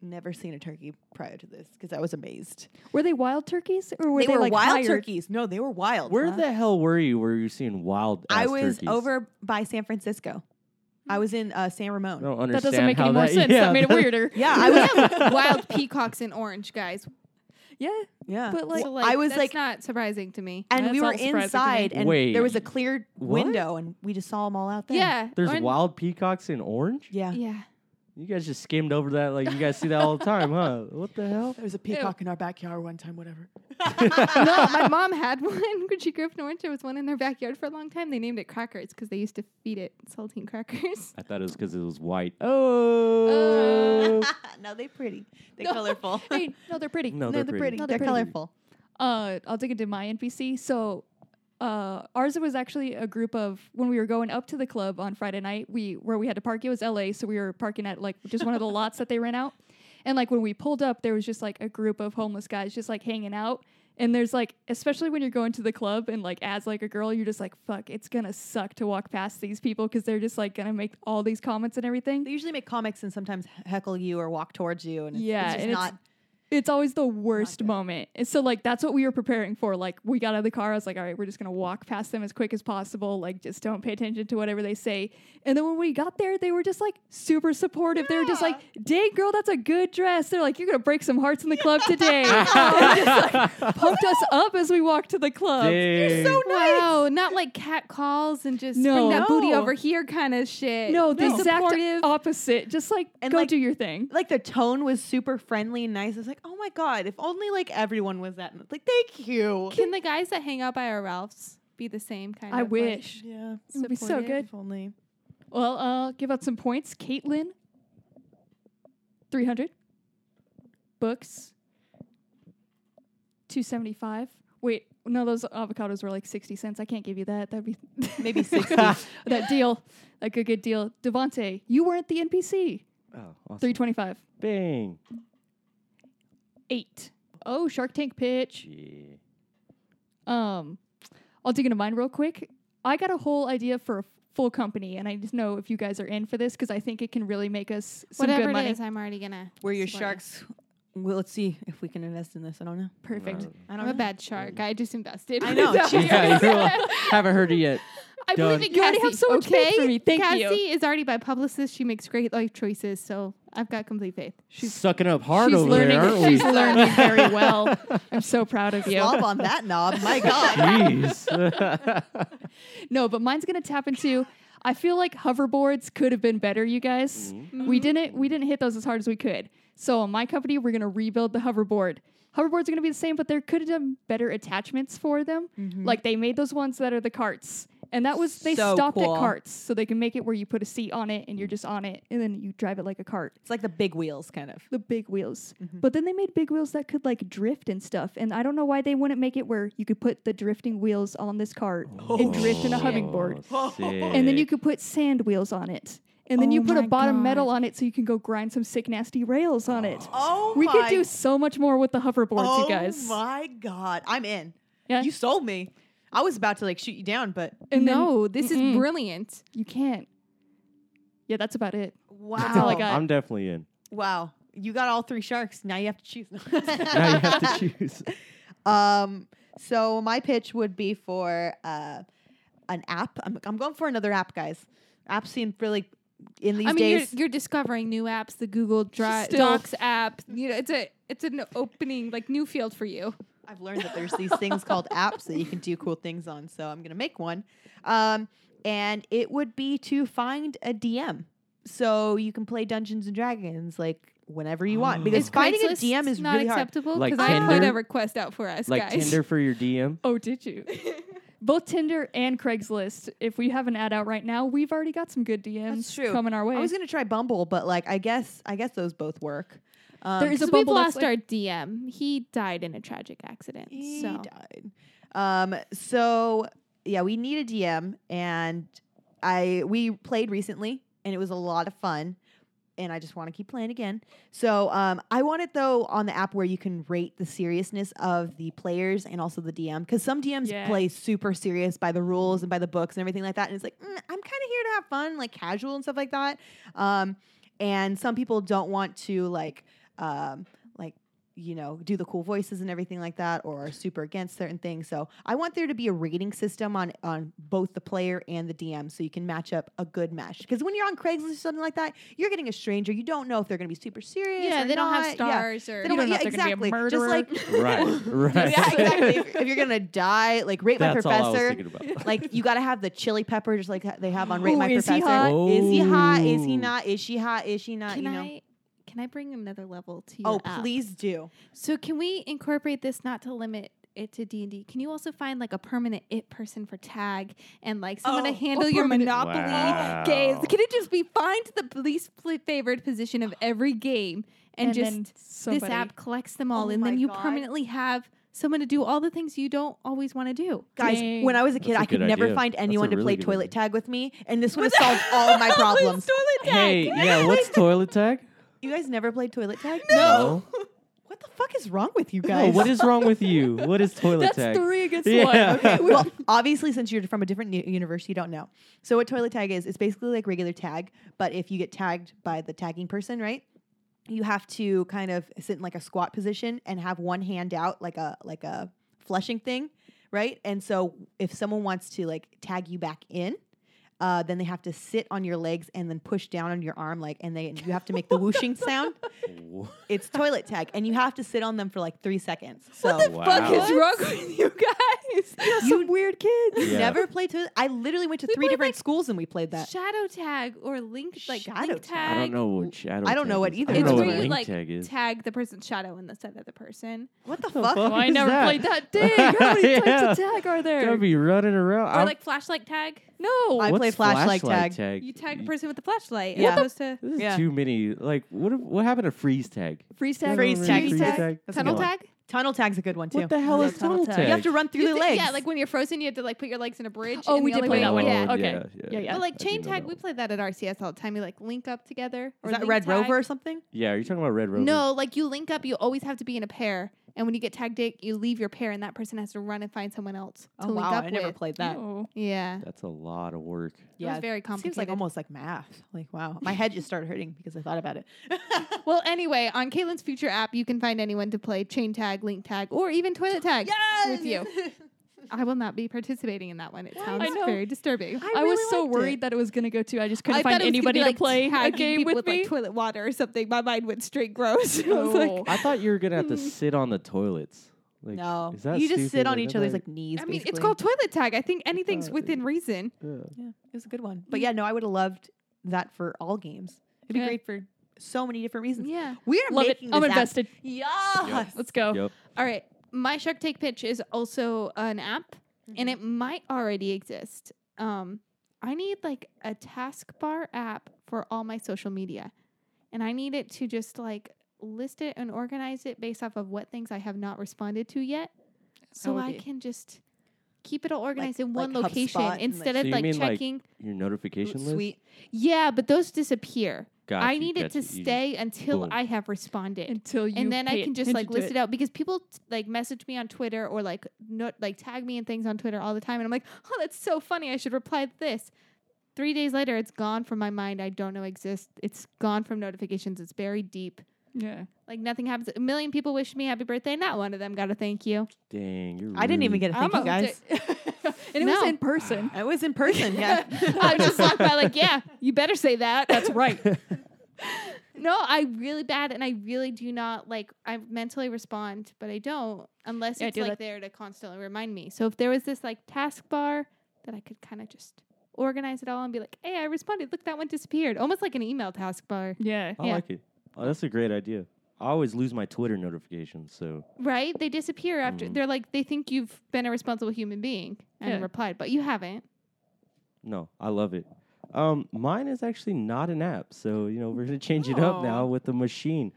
D: never seen a turkey prior to this because I was amazed.
A: were they wild turkeys or were they,
D: were
A: like
D: wild
A: hired?
D: turkeys. No, they were wild.
B: Where
D: Huh?
B: the hell were you? Were you seeing wild?
D: I
B: ass
D: was
B: turkeys?
D: over by San Francisco. I was in uh, San Ramon.
B: I don't
A: That
B: understand
A: doesn't make
B: how
A: any more
B: that,
A: sense.
B: Yeah,
A: that made it
B: that-
A: weirder.
D: Yeah, I
E: We
D: was.
E: have wild peacocks in orange, guys.
A: yeah,
D: yeah,
A: but like
E: So,
D: I was
E: that's
D: like-
E: not surprising to me.
D: and we
A: That's
D: were
A: all surprising to me.
D: inside, and
B: Wait.
D: there was a clear
B: What?
D: window, and we just saw them all out there.
E: Yeah.
B: There's
E: orange-
B: wild peacocks in orange.
D: yeah.
E: Yeah.
B: You guys just skimmed over that like you guys see that all the time, huh? What the hell?
D: There was a
A: peacock
D: in our backyard one time. Whatever.
E: no, my mom had one when she grew up in Orange. There was one in their backyard for a long time. They named it Crackers because they used to feed it saltine crackers.
B: I thought it was because it was white. Oh,
D: no, they're pretty. They're
A: No.
D: colorful.
A: hey, no, they're pretty.
B: no, they're, pretty.
D: No,
A: No, they're
D: they're,
A: pretty.
D: colorful.
A: Uh, I'll dig into my NPC. So, uh, ours was actually a group of when we were going up to the club on Friday night. We where we had to park. It was LA, so we were parking at like just one of the lots that they rent out. And like when we pulled up, there was just like a group of homeless guys just like hanging out. And there's like, especially when you're going to the club and like as like a girl, you're just like, fuck, it's gonna suck to walk past these people because they're just like gonna make all these comments and everything.
D: They usually make comics and sometimes heckle you or walk towards you, and it's,
A: Yeah,
D: it's just
A: and it's-
D: not.
A: It's always the worst
D: good.
A: moment. And so like that's what we were preparing for. Like we got out of the car, I was like, all right, we're just gonna walk past them as quick as possible. Like just don't pay attention to whatever they say. And then when we got there, they were just like super supportive. They were just like, dang girl, that's a good dress. They're like, you're gonna break some hearts in the club today. And just, like, pumped us up as we walked to the club.
B: Dang.
E: Wow, not like cat calls and just
A: No.
E: bring that booty
D: No.
E: over here kind of shit.
A: No, the
E: Be
A: exact
E: supportive.
A: opposite. Just like
D: And,
A: go
D: like-
A: do your thing.
D: Like the tone was super friendly and nice. It's like, oh my god, if only like everyone was that. Like, thank you.
E: Can the guys that hang out by our Ralphs be the same kind
A: I
E: of? like,
A: wish.
D: Yeah,
A: It would be so
E: supportive?
A: good.
D: only.
A: Well, uh, give out some points. Caitlin, 300. Books, 275. Wait, no, those avocados were like 60 cents. I can't give you that. That'd be
D: Maybe 60.
A: that deal. Like a good deal. Devonte, you weren't the NPC.
B: Oh, awesome.
A: 325.
B: Bang.
A: Eight. Oh, Shark Tank pitch.
B: Yeah.
A: Um, I'll dig into mine real quick. I got a whole idea for a f- full company, and I just know if you guys are in for this because I think it can really make us some
C: Whatever
A: good
C: it
A: money.
C: is, I'm already gonna.
D: Where your
C: spoil it.
D: sharks. Well, let's see if we can invest in this. I don't know.
A: Perfect.
D: I
C: I'm a bad shark. I just invested.
D: I know,
C: So-
D: cheers.
B: yeah, you all haven't heard it yet.
C: I
B: Done.
C: believe in
A: You
C: Cassie.
A: already have so much
C: okay?
A: faith for me. Thank
C: Cassie
A: you.
C: is already my publicist. She makes great life choices, so I've got complete faith.
B: She's sucking up hard
A: She's
B: over
A: learning.
B: there, aren't we?
A: she's learning very well. I'm so proud of you.
D: Slob on that knob. My God.
B: Jeez.
A: No, but mine's gonna tap into. I feel like hoverboards could have been better, you guys.
D: Mm-hmm.
A: We didn't we didn't hit those as hard as we could. So in my company, we're gonna rebuild the hoverboard. Hoverboards are gonna be the same, but there could have done better attachments for them. Like they made those ones that are the carts. And that was they
D: Mm-hmm. So
A: stopped
D: cool.
A: at carts, so they can make it where you put a seat on it and you're just on it, and then you drive it like a cart.
D: It's like the big wheels, kind of.
A: the big wheels.
C: Mm-hmm.
A: But then they made big wheels that could like drift and stuff. And I don't know why they wouldn't make it where you could put the drifting wheels on this cart
D: Oh,
A: and drift in a hoverboard.
B: Oh,
A: And then you
B: sick.
A: could put sand wheels on it. And then you
C: Oh
A: put a
C: my
A: bottom
C: God.
A: metal on it so you can go grind some sick nasty rails on it.
D: Oh,
A: we could
D: my-
A: do so much more with the hoverboards,
D: oh
A: you guys.
D: my God. I'm in.
A: Yeah.
D: You sold me. I was about to like shoot you down, but
A: And then
C: no, this
A: Mm-mm.
C: is brilliant.
A: you can't. Yeah, that's about it.
D: wow.
A: all I got.
B: Oh, I'm definitely in.
D: Wow. You got all three sharks. Now you have to choose.
B: Now you have to choose.
D: Um, so my pitch would be for uh, an app. I'm, I'm going for another app, guys. Apps seem really in these
C: I mean,
D: days.
C: you're, you're discovering new apps, the Google Dri-
A: Still.
C: Docs app. You know, it's a it's an opening, like new field for you.
D: I've learned that there's these things called apps that you can do cool things on. So I'm gonna make one, um, and it would be to find a DM. So you can play Dungeons and Dragons like whenever you want. Because
C: Oh. Is
D: finding
C: Craigslist
D: a DM is
C: not
D: really hard.
C: acceptable
B: Like
C: because I put
B: Tinder?
C: a request out for us
B: Like
C: guys.
B: Tinder for your DM.
A: Oh, did you? Both Tinder and Craigslist. If we have an ad out right now, we've already got some good DMs
D: true.
A: coming our way.
D: I was gonna try Bumble, but like I guess I guess those both work. Um,
A: There is a
C: So we've
A: Bumble that's
C: lost our DM. He died in a tragic accident.
D: He
C: so
D: died. Um, so yeah, we need a DM, and I we played recently, and it was a lot of fun, and I just want to keep playing again. So um, I want it though on the app where you can rate the seriousness of the players and also the DM, because some DMs
A: Yeah.
D: play super serious by the rules and by the books and everything like that, and it's like "Mm, I'm kind of here to have fun, like casual and stuff like that. Um, and some people don't want to like um, like you know, do the cool voices and everything like that, or are super against certain things. So I want there to be a rating system on on both the player and the DM, so you can match up a good match. Because when you're on Craigslist or something like that, you're getting a stranger. You don't know if they're going to be super serious.
C: yeah,
D: or
C: they don't
D: not.
C: have
D: Yeah.
C: stars or
D: They don't
A: don't know
D: yeah,
A: if they're gonna be
D: exactly.
A: a
D: Just like
B: Right. Right.
D: yeah, exactly. If, if you're gonna die, like rate my
B: That's all I was
D: professor.
B: thinking about.
D: Like you got to have the chili pepper, just like ha- they have on Rate
A: Ooh,
D: My
A: is he
D: Professor.
A: hot?
D: Uh, Is he hot? Is he
B: Oh.
D: not? Is she hot? Is she not?
C: can
D: you know.
C: I can I bring another level to your
D: oh,
C: app?
D: please do.
C: So can we incorporate this not to limit it to D and D? Can you also find like a permanent it person for tag and like someone
D: Oh,
C: to
D: a
C: handle your
A: permanent-
C: monopoly
B: Wow.
C: games? Can it just be find the least pl- favored position of every game and,
A: then
C: just this
A: somebody-
C: app collects them all
D: Oh
C: and
D: my
C: then you
D: God.
C: permanently have someone to do all the things you don't always want to do.
D: Guys,
A: Dang.
D: when I was a kid,
B: That's a
D: I could
B: good
D: never
B: idea.
D: find
B: That's a
D: anyone to
B: really
D: play
B: good
D: toilet
B: idea.
D: tag with me, and this would have solved all of my problems.
C: Oh,
B: Hey, yeah, what's toilet tag?
D: You guys never played toilet tag?
B: No.
D: What the fuck is wrong with you
B: No,
D: guys?
B: what is wrong with you? What is toilet
A: That's
B: tag?
A: three against
B: Yeah.
A: one. Okay.
D: well, obviously, since you're from a different nu- universe, you don't know. So, what toilet tag is, it's basically like regular tag, but if you get tagged by the tagging person, right? You have to kind of sit in like a squat position and have one hand out, like a like a flushing thing, right? And so, if someone wants to like tag you back in, uh, then they have to sit on your legs and then push down on your arm, like, and they you have to make the whooshing sound.
B: Wha-
D: It's toilet tag, and you have to sit on them for like three seconds. So
B: wow.
C: Fuck is wrong with you guys?
A: Some weird kids.
B: Yeah.
D: Never played toilet. I literally went to three
C: played,
D: different schools and we played that.
C: Shadow tag or link like
D: Shadow
C: link
D: tag?
B: I don't
C: tag.
B: know what shadow
D: I don't
B: tag
D: know what
B: is.
D: either
B: I
D: is.
B: don't know
D: It's
B: what
D: where
C: you,
B: link
C: like,
B: tag is.
C: Tag the person's shadow and the said other person.
D: What the fuck?
B: fuck?
A: Well, I
B: is
A: never
B: that?
A: played that. Dang, how many types of tag are there?
B: Gotta be running around.
C: Or
B: I'm-
C: like flashlight tag.
A: No.
D: I
B: What's
D: play flashlight tag.
B: tag?
C: You tag a person with a flashlight
D: Yeah.
C: as opposed to
B: This is
D: Yeah.
B: too many. Like, what? What happened to freeze tag?
A: freeze tag.
D: Freeze
B: Remember
D: tag.
B: Freeze
D: Freeze
B: tag.
D: That's a
C: tunnel
D: good one.
C: tag.
D: Tunnel tag's a good one too.
B: What the hell
D: Yeah,
B: is tunnel tag?
D: You have to run through
C: You
D: the
C: thi-
D: legs.
C: Yeah, like when you're frozen, you have to like put your legs in a bridge.
A: Oh,
C: and
A: we
C: the
A: did
C: only
A: play
C: way-
A: that one.
C: Yeah.
A: Okay. Yeah, yeah.
C: But like
B: I do
C: chain
B: know
C: tag,
B: that
C: we
B: one.
C: played that at RCS all the time. You like link up together. Or
D: Is that
C: link
D: Red
C: tag.
D: Rover or something?
B: Yeah, are you talking about Red Rover?
C: No, like you link up. You always have to be in a pair, and when you get tagged, in, you leave your pair, and that person has to run and find someone else to
D: oh
C: link
D: wow,
C: up
D: I never
C: with.
D: played that.
A: Oh.
C: Yeah,
B: That's a lot of work.
C: yeah, it was very
D: Seems
C: complicated.
D: like almost like math. Like wow, my head just started hurting because I thought about it.
C: Well, anyway, on Caitlin's future app, you can find anyone to play chain tag, link tag, or even toilet tag with you. I will not be participating in that one. It sounds
A: I know.
C: very disturbing.
A: I, was
D: really
A: so
D: liked it.
A: worried that it was gonna go to. I just couldn't
C: I thought
A: find
C: it was
A: anybody
C: gonna be,
A: to
C: like,
A: play a
C: tagging
A: game
C: people
A: with me.
C: like toilet water or something. My mind went straight gross. I was like,
A: Oh.
B: I thought you were gonna have to sit on the toilets. Like,
D: no,
B: is that
D: you just sit
B: stupid?
D: on
B: I
D: each
B: never-
D: other's like knees.
C: I mean, it's
D: basically.
C: called toilet tag. I think anything's within reason.
B: Yeah.
D: Yeah, it was a good one. But yeah, no, I would have loved that for all games. It'd be
C: Yeah.
D: great for so many different reasons.
C: Yeah.
D: We are
A: Love it.
D: making
A: I'm
D: this app-
A: invested.
D: Yes.
A: Let's go.
B: Yep.
C: All right. My Shark Take Pitch is also an app, and it might already exist. Um, I need like a taskbar app for all my social media, and I need it to just like list it and organize it based off of what things I have not responded to yet, so
A: would
C: I
A: be-
C: can just keep it all organized in
D: like
C: one location
D: HubSpot and, like-
C: instead
B: So you
C: of like
B: mean, like,
C: checking.
B: Your notification list.
D: Sweet.
C: yeah, but those disappear.
B: Got
C: I
B: you,
C: need it
B: got
C: to
B: you. You just-
C: stay until
B: boom.
C: I have responded
A: Until you
C: and then I
A: pay
C: can just like
A: attention to
C: list it. out because people t- like message me on Twitter or like no, like tag me in things on Twitter all the time, and I'm like, oh, that's so funny. I should reply to this. Three days later, it's gone from my mind. I don't know exists. It's gone from notifications. It's buried deep.
A: Yeah.
C: Like nothing happens. A million people wish me happy birthday. Not one of them got a thank you.
B: Dang, you're.
D: I didn't even
B: rude.
D: get a thank
A: I'm
D: you
A: a-
D: guys.
A: and it was
C: No.
A: in person.
D: I was in person. Yeah.
C: I just walked by like, yeah, you better say that.
A: That's right.
C: no, I really bad, and I really do not like. I mentally respond, but I don't unless
A: Yeah, I
C: it's
A: do
C: like
A: that.
C: there to constantly remind me. So if there was this like taskbar that I could kind of just organize it all and be like, "Hey, I responded. Look, that one disappeared." Almost like an email taskbar,
A: Yeah.
B: I
C: yeah.
B: like it. Oh, that's a great idea. I always lose my Twitter notifications, so
C: right? They disappear after
B: Mhm.
C: they're like they think you've been a responsible human being and
A: Yeah.
C: replied, but you haven't.
B: no, I love it. Um, mine is actually not an app, so you know we're gonna change it up now
D: Oh.
B: with the machine.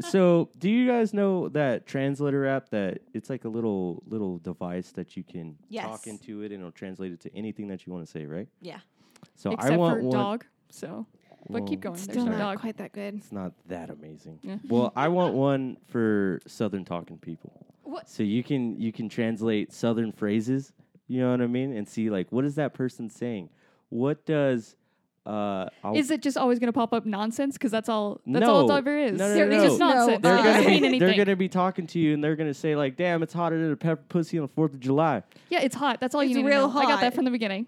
B: so, do you guys know that translator app? That it's like a little little device that you can
D: Yes.
B: talk into it, and it'll translate it to anything that you want to say, right?
D: Yeah.
B: So
A: Except
B: I want
A: for
B: one.
A: dog. So, but keep going.
B: Well,
A: There's
C: Still
A: no
C: not
A: dog.
C: quite that good.
B: It's not that amazing.
A: Yeah.
B: Well, I want one for Southern talking people.
A: What?
B: So you can you can translate Southern phrases. You know what I mean, and see like what is that person saying? What does uh? I'll-
A: Is it just always going to pop up nonsense? Because that's all. That's
B: No.
A: all it ever is.
B: No, no,
A: There-
B: no,
A: it's
B: no.
A: just nonsense.
C: No,
A: it
B: they're gonna
A: doesn't
B: be
A: mean anything.
B: they're gonna be talking to you, and they're gonna say like, "Damn, it's hotter than a pepper pussy on the Fourth of July."
A: yeah, it's hot. That's all you
C: It's
A: need.
C: real
A: to know. I got that
C: hot.
A: from the beginning.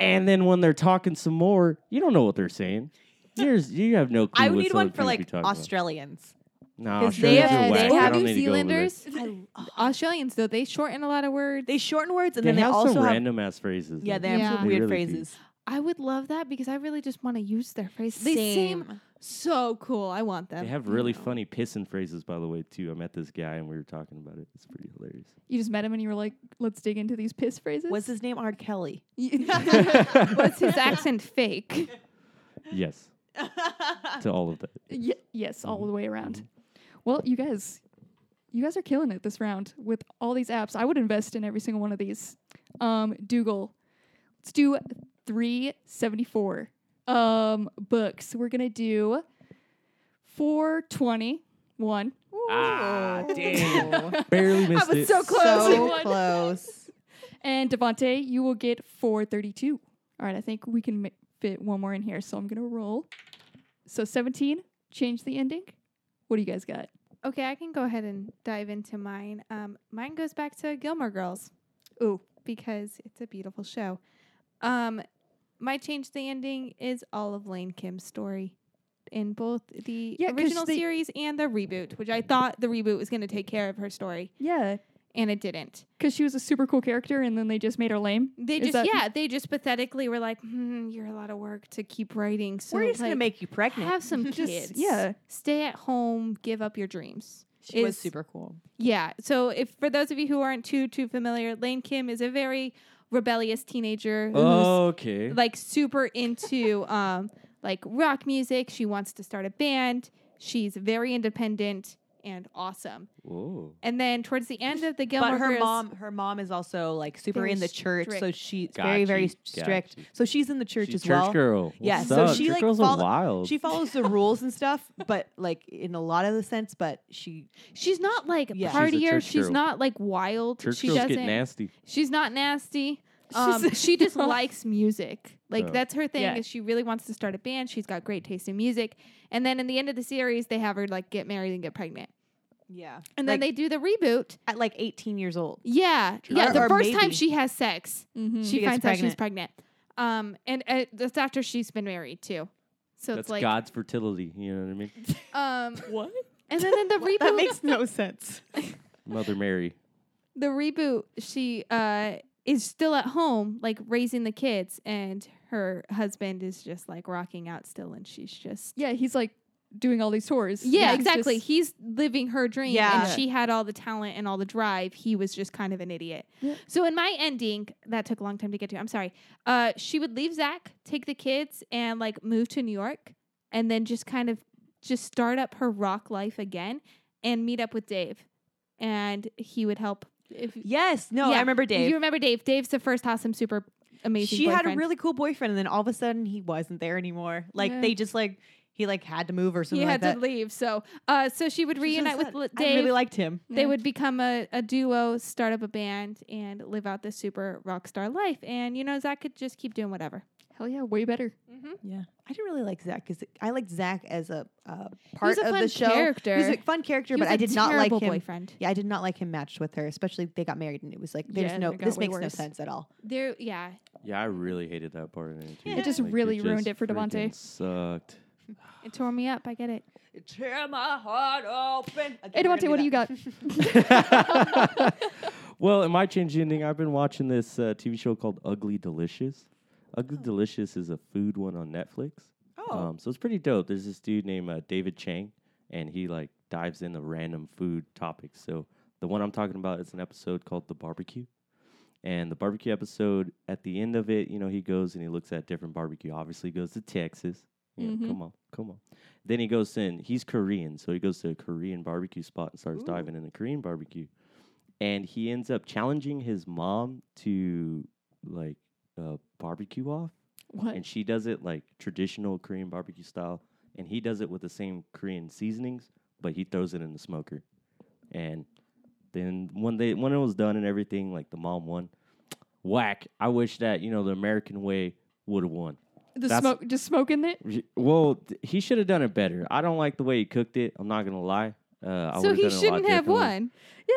B: And then when they're talking some more, you don't know what they're saying. There's you have no clue.
D: I
B: what
D: would need
B: Southern
D: one for
B: things we
D: like
B: talk about.
D: Australians.
B: No,
D: 'cause they
B: Australians
D: have-
B: are whack.
D: they
B: I
D: have-
B: don't
C: New
B: need to go over there.
C: Zealanders, Australians though they shorten a lot of words.
D: They shorten words and
B: They
D: then they
B: have
D: also
B: some
D: have
B: random ass phrases.
D: yeah,
B: though.
D: they have
C: Yeah.
D: some
B: They
D: weird
B: really do.
D: phrases.
C: I would love that because I really just want to use their phrases. They seem so cool. I want them.
B: They have really funny pissing phrases, by the way, too. I met this guy and we were talking about it. It's pretty hilarious.
A: You just met him and you were like, "Let's dig into these piss phrases."
D: Was his name R. Kelly?
C: What's his accent fake?
B: Yes, to all of that.
A: Ye- yes, all the way around. Well, you guys, you guys are killing it this round with all these apps. I would invest in every single one of these. Um, Dougal, let's do three seventy four um, books. We're gonna do four twenty one.
B: Ah,
D: damn.
B: Barely missed
C: was
B: it.
C: so close.
D: so
A: One.
D: close.
A: And Devonte, you will get 432. All right, I think we can ma- fit one more in here, so I'm gonna roll. So 17, change the ending. What do you guys got?
C: Okay, I can go ahead and dive into mine. Um, mine goes back to Gilmore Girls.
A: Ooh.
C: Because it's a beautiful show. Um, my change the ending is all of Lane Kim's story in both the
A: Yeah, 'cause
C: original
A: they-
C: series and the reboot, which I thought the reboot was going to take care of her story,
A: Yeah,
C: and it didn't.
A: because she was a super cool character, and then they just made her lame.
C: They
A: Is
C: just,
A: that-
C: yeah, they just pathetically were like, hmm, you're a lot of work to keep writing. So
D: We're just gonna
C: like,
D: make you pregnant.
C: have some
D: Just-
C: kids.
A: yeah.
C: Stay at home, give up your dreams.
D: She was
C: is-
D: super cool.
C: Yeah. So if for those of you who aren't too too familiar, Lane Kim is a very rebellious teenager
B: Okay.
C: who's like super into um like rock music. She wants to start a band. She's very independent and awesome.
B: Whoa.
C: And then towards the end of the Gilmore
D: but her
C: Girls,
D: mom, her mom is also like super
C: Very
D: in the church, so
C: strict.
D: she's
B: Got
D: very, very
B: you, got
D: strict.
B: you.
D: So she's in the church
B: She's
D: as well.
B: Church girl. What's
D: Yeah, so
B: up?
D: she,
B: church
D: like,
B: girls
D: follow-
B: are wild.
D: She follows the rules and stuff, but like in a lot of the sense, but she
C: she's not like
D: Yeah.
B: She's a
C: partier.
B: church
C: She's,
B: girl.
C: not like wild.
B: church
C: she
B: girls
C: doesn't.
B: get nasty.
C: She's not nasty.
A: She's-
C: Um, she just likes music. Like
B: Oh.
C: that's her thing.
A: Yeah.
C: Is she really wants to start a band? She's got great taste in music. And then in the end of the series, they have her like get married and get pregnant.
D: yeah,
C: And then they do the reboot.
D: at like 18 years old.
C: Yeah,
B: True.
C: yeah.
B: Or-
C: The
D: or
C: first time
D: maybe-
C: she has sex,
A: Mm-hmm.
C: Mm. she,
D: She gets
C: finds out she's pregnant. Um, and uh, that's after she's been married too. So
B: That's
C: it's like,
B: God's fertility. You know what I mean?
C: um,
A: what?
C: and then in the reboot,
D: That makes no sense.
B: Mother Mary.
C: the reboot, she uh is still at home, like raising the kids, and her husband is just like rocking out still, and she's just
A: Yeah, he's like doing all these tours.
C: yeah,
A: Like, it's
C: exactly.
A: just-
C: He's living her dream,
D: Yeah.
C: and she had all the talent and all the drive. He was just kind of an idiot.
A: Yeah.
C: So in my ending, that took a long time to get to. I'm sorry. Uh, she would leave Zach, take the kids, and like move to New York, and then just kind of just start up her rock life again, and meet up with Dave, and he would help. If
D: Yes, no, I
C: Yeah.
D: remember Dave.
C: You remember Dave? Dave's the first awesome, super amazing.
D: she had a
C: boyfriend.
D: really cool boyfriend, and then all of a sudden he wasn't there anymore. Like
C: Yeah.
D: they just like he like had to move or
C: he
D: something like
C: had
D: that.
C: to leave. So, uh, so she would
D: She's so
C: reunite with
D: sad.
C: Li-
D: I
C: Dave.
D: really liked him.
C: they
A: Yeah.
C: would become a, a duo, start up a band, and live out this super rock star life. And you know, Zach could just keep doing whatever.
A: hell yeah, way better.
C: Mm-hmm.
D: Yeah, I didn't really like Zach because I liked Zach as a uh, part
C: a
D: of
C: fun
D: the show.
C: character.
D: He was a fun character, but I did not like him.
C: Boyfriend.
D: Yeah, I did not like him matched with her, especially they got married and it was like there's
A: Yeah,
D: no
A: it got
D: this
A: way
D: makes no
A: worse.
D: sense at all.
C: There, yeah.
B: Yeah, I really hated that part in it too.
A: It just really ruined it for
B: freaking
A: Devontae.
B: Sucked.
C: It tore me up. I get it.
D: Tear my heart open.
A: Hey, Devontae, what do you got?
B: well, in my change ending, I've been watching this uh, TV show called Ugly Delicious. Ugly Delicious is a food one on Netflix.
D: Oh.
B: Um, so it's pretty dope. There's this dude named uh, David Chang, and he like dives into random food topics. So the one I'm talking about is an episode called The Barbecue. And the barbecue episode, at the end of it, you know, he goes and he looks at different barbecue. Obviously, he goes to Texas. You know,
A: Mhm.
B: Come on, come on. Then he goes in. He's Korean, so he goes to a Korean barbecue spot and starts
D: Ooh.
B: diving in the Korean barbecue. And he ends up challenging his mom to like uh, barbecue off,
A: What?
B: and she does it like traditional Korean barbecue style, and he does it with the same Korean seasonings, but he throws it in the smoker. And then when they when it was done and everything, like the mom won. Whack! I wish that you know the American way would have won.
A: The
B: That's-
A: smoke, just smoking it.
B: Y- Well, th- he should have done it better. I don't like the way he cooked it. I'm not gonna lie. Uh, I
C: so
B: would've done it a
C: he
B: lot
C: shouldn't have
B: differently.
C: won.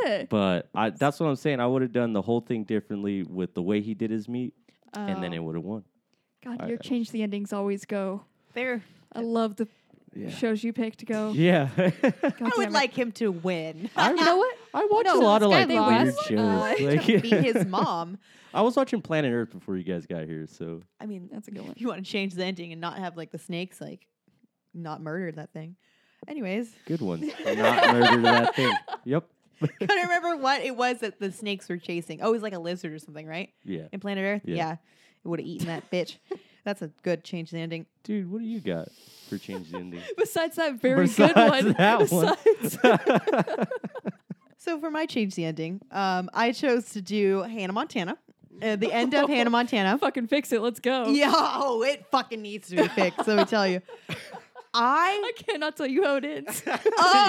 A: Yeah.
B: But I, that's what I'm saying. I would have done the whole thing differently with the way he did his meat, and then it would have won.
A: Oh, God,
B: I-
A: your
B: I-
A: change the endings always go.
D: there?
A: I love the
B: Yeah.
A: shows you picked. Go.
B: Yeah.
A: God
D: I
A: damn
D: would
A: it.
D: like him to win.
B: I,
A: You know what?
B: I watch
A: No,
B: a lot of
A: Sky
B: like weird
A: Lost.
B: shows.
A: Uh,
B: Like-
D: to be his mom.
B: I was watching Planet Earth before you guys got here, so
D: I mean,
A: That's a good one.
D: if you want to change the ending and not have like the snakes like not murder that thing. Anyways,
B: good ones. Not murder that thing. Yep.
D: I don't remember what it was that the snakes were chasing. Oh, it was like a lizard or something, right?
B: Yeah.
D: In Planet Earth?
B: Yeah.
D: It would have eaten that bitch. That's a good change the ending.
B: Dude, what do you got for change the ending?
A: Besides that very good
B: Besides
A: one.
B: that one.
A: besides-
D: So for my change the ending, um, I chose to do Hannah Montana. Uh, the end of Hannah Montana.
A: fucking fix it. Let's go.
D: Yeah, oh, it fucking needs to be fixed. let me tell you. I
A: I cannot tell you how it ends.
D: Oh,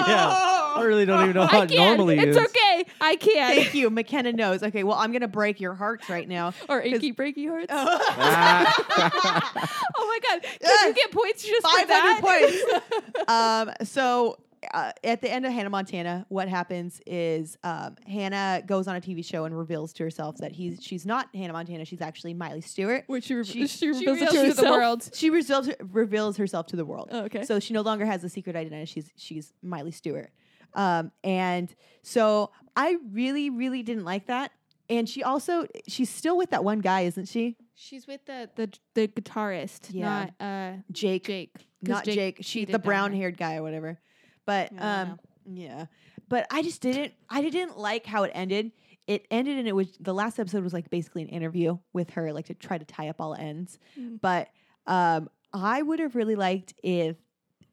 B: yeah. I really don't even know how
C: I
B: it
C: can.
B: normally
C: it's
B: is.
C: okay. I can.
D: Thank you, McKenna knows. Okay, well, I'm gonna break your hearts right now.
A: Our achy breaky hearts.
B: Ah.
C: oh my god! Can
D: Yeah.
C: you get points just for
D: Five
C: that?
D: hundred points. um, so uh, at the end of Hannah Montana, what happens is um, Hannah goes on a TV show and reveals to herself that he's she's not Hannah Montana. She's actually Miley Stewart.
A: Which she, re- she,
D: She-
A: reveals it
C: reveals
A: to
C: to the
A: herself.
C: world.
D: She reveals, reveals herself to the world.
A: Oh, okay.
D: So she no longer has a secret identity. She's she's Miley Stewart. Um, and so I really, really didn't like that. And she also she's still with that one guy, isn't she?
C: She's with the the, the guitarist,
D: Yeah.
C: not uh,
D: Jake.
C: Jake. 'Cause
D: Not Jake. She's
C: cheated
D: the
C: on her.
D: brown haired guy or whatever. But
C: Yeah, I
D: um yeah. But I just didn't I didn't like how it ended. it ended and it was the last episode was like basically an interview with her, like to try to tie up all ends.
E: Mm.
D: But um, I would have really liked if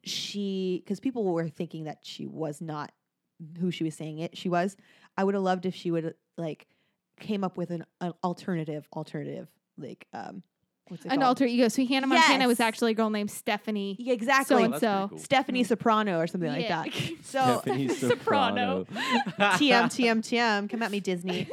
D: she, because people were thinking that she was not who she was saying it she was. I would have loved if she would like came up with an, an alternative alternative like um what's it
E: An
D: called?
E: alter ego. So Hannah Montana was
D: Yes.
E: actually a girl named Stephanie.
D: yeah,
E: So
D: exactly
E: and so.
D: Stephanie Soprano or something like that. So
B: Stephanie
A: Soprano.
B: Soprano.
D: TM TM TM, come at me Disney.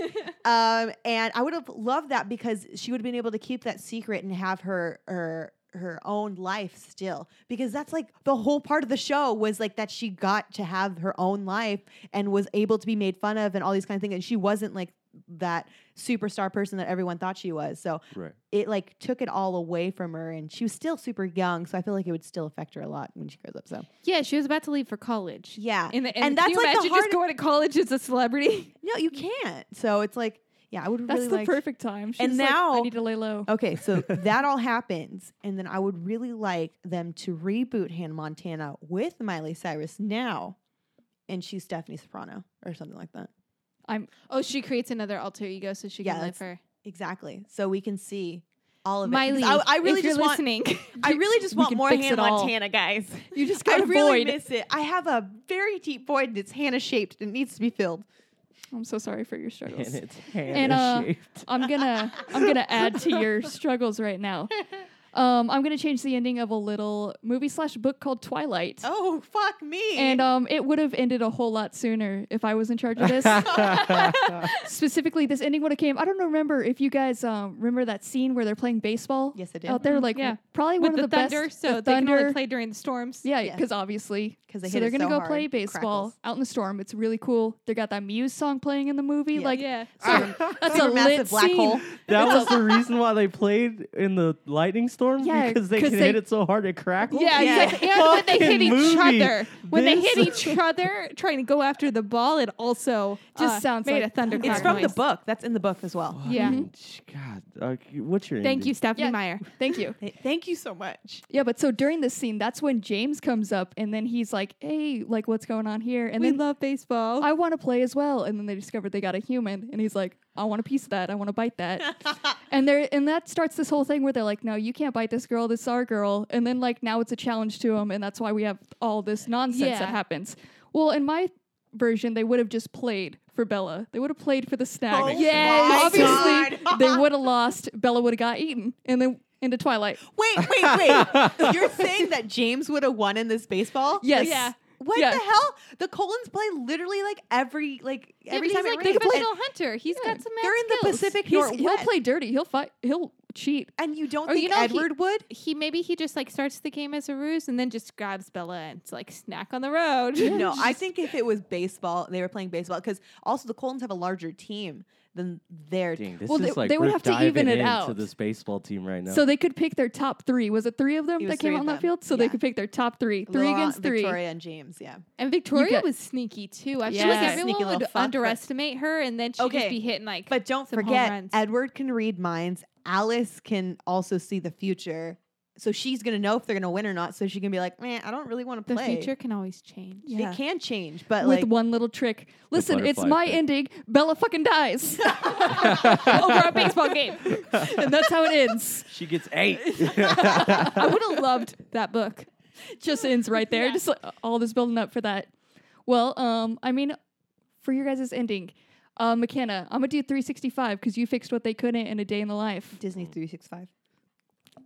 D: um, and I would have loved that because she would have been able to keep that secret and have her her her own life still because that's like the whole part of the show was like that she got to have her own life and was able to be made fun of and all these kind of things and she wasn't like that superstar person that everyone thought she was so
B: Right.
D: it like took it all away from her and she was still super young so i feel like it would still affect her a lot when she grows up so
E: Yeah, she was about to leave for college.
D: yeah
E: And, the, and,
D: And
E: that's
D: that's
E: can you
D: like the
E: imagine just
D: hard-
E: going to college as a celebrity?
D: no you can't so it's like yeah i would
A: Mm. That's
D: really
A: the
D: like
A: perfect time. She's
D: And
A: just like, I
D: now-
A: need to lay low.
D: Okay, so that all happens, and then I would really like them to reboot Hannah Montana with Miley Cyrus now, and she's Stephanie Soprano or something like that.
E: Oh, she creates another alter ego so she
D: Yeah,
E: can live
D: that's-
E: her.
D: Exactly. So we can see all of it.
E: Miley,
D: 'Cause I, I really
E: if you're
D: just want.
E: listening.
D: I really just
A: we
D: want
A: can
D: more
A: fix
D: Hannah
A: it all.
D: Montana, guys.
A: You just
D: I
A: got a
D: really
A: void.
D: miss it. I have a very deep void that's Hannah shaped and needs to be filled.
A: I'm so sorry for your struggles.
B: And it's
A: And, uh,
B: shaped.
A: I'm gonna I'm gonna add to your struggles right now. Um, I'm gonna change the ending of a little movie slash book called Twilight.
D: Oh fuck me!
A: And um, it would have ended a whole lot sooner if I was in charge of this. Specifically, this ending would have came. I don't remember if you guys um, remember that scene where they're playing baseball
D: yes, I Mm-hmm.
A: out
D: did
A: there. Like,
E: Yeah.
A: probably
E: with
A: one
E: the,
A: of the
E: thunder,
A: best.
E: so
A: the
E: they can
A: thunder.
E: only play during the storms.
A: Yeah,
D: Yes.
A: because obviously,
D: 'Cause they
A: so
D: hit
A: they're
D: it
A: gonna
D: so
A: go
D: hard.
A: play baseball
D: Crackles.
A: out in the storm. It's really cool. They got that Muse song playing in the movie.
D: Yeah.
A: Like,
E: yeah.
A: sorry, that's a
D: Super
A: lit
D: massive black
A: scene.
D: hole.
B: that was the reason why they played in the lightning storm
A: Yeah,
B: because they
A: 'cause
B: can hit
A: they-
B: it so hard it crackles.
E: Yeah,
D: Yeah.
E: exactly. And when they hit
B: Fucking
E: each
B: movie.
E: other, when they hit
B: This-
E: each other trying to go after the ball, it also
A: Just
E: uh,
A: sounds
E: made
A: like-
E: a thunderclap.
D: It's from the
E: noise.
D: book. That's in the book as well.
E: Yeah.
B: Fucking sh- God, uh, what's your
E: Thank
B: ending?
E: you, Stephanie
A: Yeah.
E: Meyer.
A: Thank you.
D: Th- Thank you so much.
A: Yeah, but so during this scene, that's when James comes up and then he's like, "Hey, like what's going on here?" And
E: we
A: then
E: love baseball.
A: I want to play as well. And then they discovered they got a human, and he's like, "I want a piece of that. I want to bite that." and there, and that starts this whole thing where they're like, "No, you can't bite this girl. This is our girl." And then like now it's a challenge to him, and that's why we have all this nonsense
E: Yeah.
A: that happens. Well, in my version, they would have just played for Bella. They would have played for the snack.
D: Oh
E: Yes.
D: my
A: Obviously,
D: God.
A: they would have lost. Bella would have got eaten, and then into Twilight.
D: Wait, wait, wait. You're saying that James would have won in this baseball?
A: Yes.
E: Yeah.
D: What
A: Yeah.
D: the hell? The Colons play literally like every like every time
E: he's
D: it
E: like
D: rains.
E: a professional hunter. He's
A: Yeah.
E: got some. mad
D: They're in the
E: skills.
D: Pacific
A: He's- he'll
D: Northwest,
A: play dirty. He'll fight. He'll cheat.
D: and you don't
E: Or
D: think
E: Oh, you know, he-
D: Edward would?
E: He maybe he just like starts the game as a ruse and then just grabs Bella and it's like snack on the road.
D: No, I think if it was baseball, they were playing baseball because also the Colons have a larger team than their.
B: Dang, this
A: Well,
B: is
A: they-
B: like
A: they would
B: we're
A: have to
B: diving
A: even it
B: into
A: out.
B: this baseball team right now.
A: So they could pick their top three. Was it three of them
D: It was
A: that came
D: three
A: out on
D: of
A: that
D: them.
A: field? So they
D: Yeah.
A: could pick their top three. Three
D: Laurent,
A: against three.
D: Victoria and James, yeah.
E: And Victoria
A: got-
E: was sneaky too. I feel
A: Yeah.
E: like
A: Sneaky
E: everyone
D: little
E: would
D: fuck, but-
E: underestimate her and then she'd just
D: Okay.
E: be hitting like
D: But don't
E: Some home
D: forget,
E: runs.
D: Edward can read minds. Alice can also see the future, so she's gonna know if they're gonna win or not. So she can be like, "Man, I don't really want to
E: the
D: play."
E: future can always change.
D: It can change, but
A: With
D: like
A: one little trick. Listen, it's
B: butterfly
A: my
B: trick.
A: ending. Bella fucking dies.
E: Over a baseball game.
A: and that's how it ends.
B: she gets eight.
E: I would have loved that book.
A: Just ends right there. Just like, all this building up for that. Well, um, I mean, for your guys' ending, uh, McKenna, I'm gonna do 365 because you fixed what they couldn't in a day in the life.
D: Disney 365.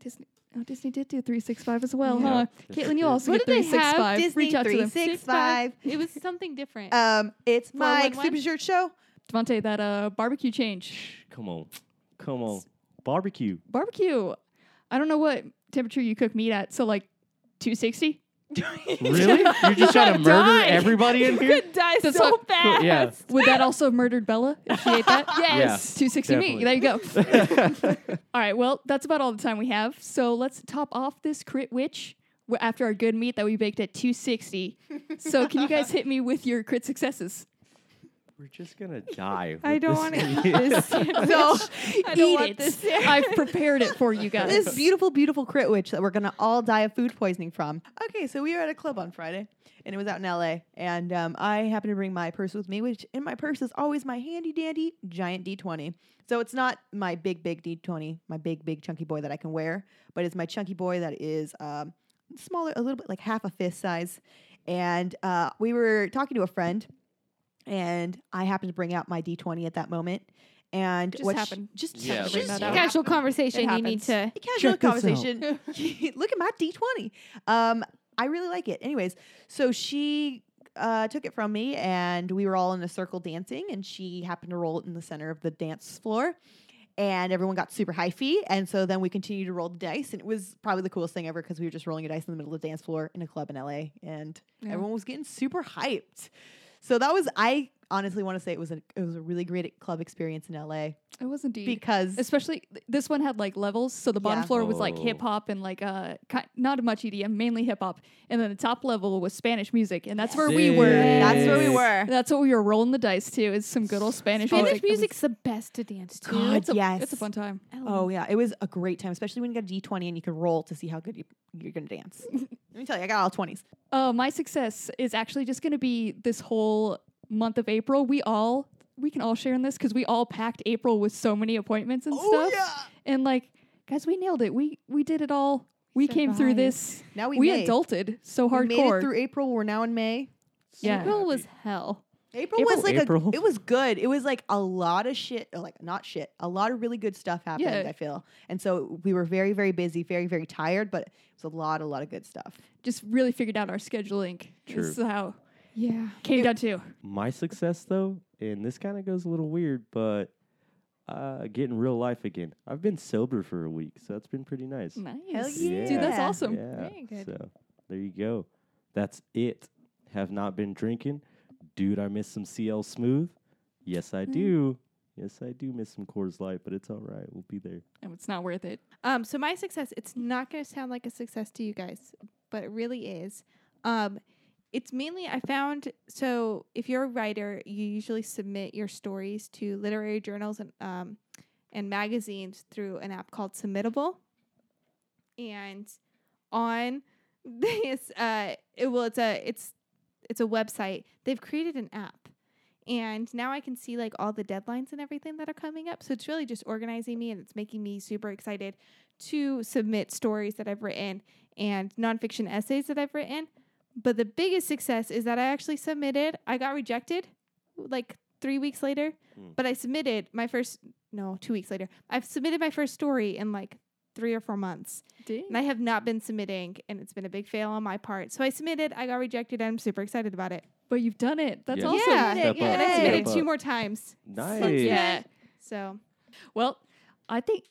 A: Disney, oh, Disney did do 365 as well,
B: Yeah.
A: huh?
B: Yes,
A: Caitlin, you
B: it did.
A: also
E: What
A: get
E: did they have?
A: 365.
D: Disney
A: Reach out to them.
E: Six
D: 365.
E: It was something different.
D: Um, it's Mike
E: 411?
D: Super Shirt Show.
A: Devontae, that uh, barbecue change.
B: Come on, come on, barbecue.
A: barbecue. I don't know what temperature you cook meat at. So like 260.
B: Really? You're just trying to murder
E: die.
B: everybody in here?
E: Die
A: That's
E: so
A: what-
E: fast.
B: Yeah.
A: Would that also have murdered Bella if she ate that?
B: Yes,
A: 260 meat.
B: definitely.
A: There you go. all right. Well, that's about all the time we have. So let's top off this crit witch w- after our good meat that we baked at 260. so can you guys hit me with your crit successes?
B: We're just gonna die.
C: I
B: with
C: don't
B: this
C: want to
B: thing.
C: eat this sandwich.
D: So
C: I don't
A: Eat
C: want
A: it.
C: this sandwich.
A: I've prepared it for you guys.
D: this beautiful, beautiful crit witch that we're gonna all die of food poisoning from. Okay, so we were at a club on Friday, and it was out in LA, and um, I happened to bring my purse with me, which in my purse is always my handy dandy giant D20. So it's not my big, big D20, my big, big chunky boy that I can wear, but it's my chunky boy that is um, smaller, a little bit like half a fist size. And uh, we were talking to a friend, and I happened to bring out my D20 at that moment. And
A: Just
D: what she-
A: happened.
D: just
B: Yeah,
D: happened to
B: bring
D: bring
A: that
D: that out.
A: out.
C: Casual conversation. You need
A: happens.
C: to.
D: A casual
B: Check this out.
D: conversation. Look at my D20. Um, I really like it. Anyways, so she uh, took it from me, and we were all in a circle dancing, and she happened to roll it in the center of the dance floor. And everyone got super hyphy. And so then we continued to roll the dice. And it was probably the coolest thing ever because we were just rolling a dice in the middle of the dance floor in a club in LA. And
A: Yeah.
D: everyone was getting super hyped. So that was, I honestly want to say it was a, it was a really great club experience in LA
A: It was indeed.
D: because
A: Especially th- this one had like levels, so the bottom
D: Yeah.
A: floor was like
B: Oh.
A: hip hop and like uh ki- not much EDM, mainly hip hop, and then the top level was Spanish music, and that's where we were.
B: Sick.
D: that's where we
B: Yes.
D: were.
A: That's what we were rolling the dice to. Is some good old Spanish,
C: Spanish
A: music.
C: music's the best to dance to.
D: God,
A: it's a,
D: yes.
A: it's a fun time.
C: I
D: Oh
C: love
D: yeah, it was a great time, especially when you got a D twenty and you can roll to see how good you, you're gonna dance. Let me tell you, I got all twenties.
A: Uh, my success is actually just going to be this whole month of April. We all we can all share in this because we all packed April with so many appointments
D: Oh,
A: and stuff. And like, guys, we nailed it. We we did it all. We came through
C: Survived.
A: this.
D: Now we
A: We
D: made.
A: adulted so
D: We
A: hardcore.
D: made it through April. We're now in May.
A: Yeah.
C: April was hell.
D: April,
A: April-
D: was like
B: April.
D: a. It was good. It was like a lot of shit. or, Like not shit. A lot of really good stuff happened.
A: Yeah.
D: I feel, and so we were very, very busy, very, very tired, but it was a lot, a lot of good stuff.
A: just really figured out our scheduling.
B: True.
A: This is how
C: Yeah.
A: came down to.
B: My success though, and this kind of goes a little weird, but uh, getting real life again. I've been sober for a week, so that's been pretty nice.
A: Nice.
D: yeah.
A: Dude, Mm, that's
D: Yeah.
A: awesome.
B: Yeah.
C: Very good.
B: So there you go. That's it. Have not been drinking. Dude, I miss some CL Smooth. Yes,
A: Mm.
B: I do. Yes, I do miss some Coors Light, but it's all right. We'll be there.
A: And it's not worth it.
C: Um, so my success, it's not going to sound like a success to you guys, but it really is. Um, it's mainly I found so if you're a writer, you usually submit your stories to literary journals and um, and magazines through an app called Submittable. And on this, uh, it, well, it's a it's it's a website. They've created an app, and now I can see like all the deadlines and everything that are coming up. So it's really just organizing me, and it's making me super excited to submit stories that I've written and nonfiction essays that I've written. But the biggest success is that I actually submitted. I got rejected like three weeks later,
B: Mm.
C: but I submitted my first, no, two weeks later. I've submitted my first story in like three or four months. And I have not been submitting, and it's been a big fail on my part. So I submitted, I got rejected, and I'm super excited about it.
A: But you've done it. That's
B: Yeah.
A: awesome.
C: Yeah.
B: Step
C: And I
B: up,
C: submitted
B: step
C: two
B: up.
C: more times.
B: Nice.
C: Fuck
A: Yeah.
C: So
A: Well, I think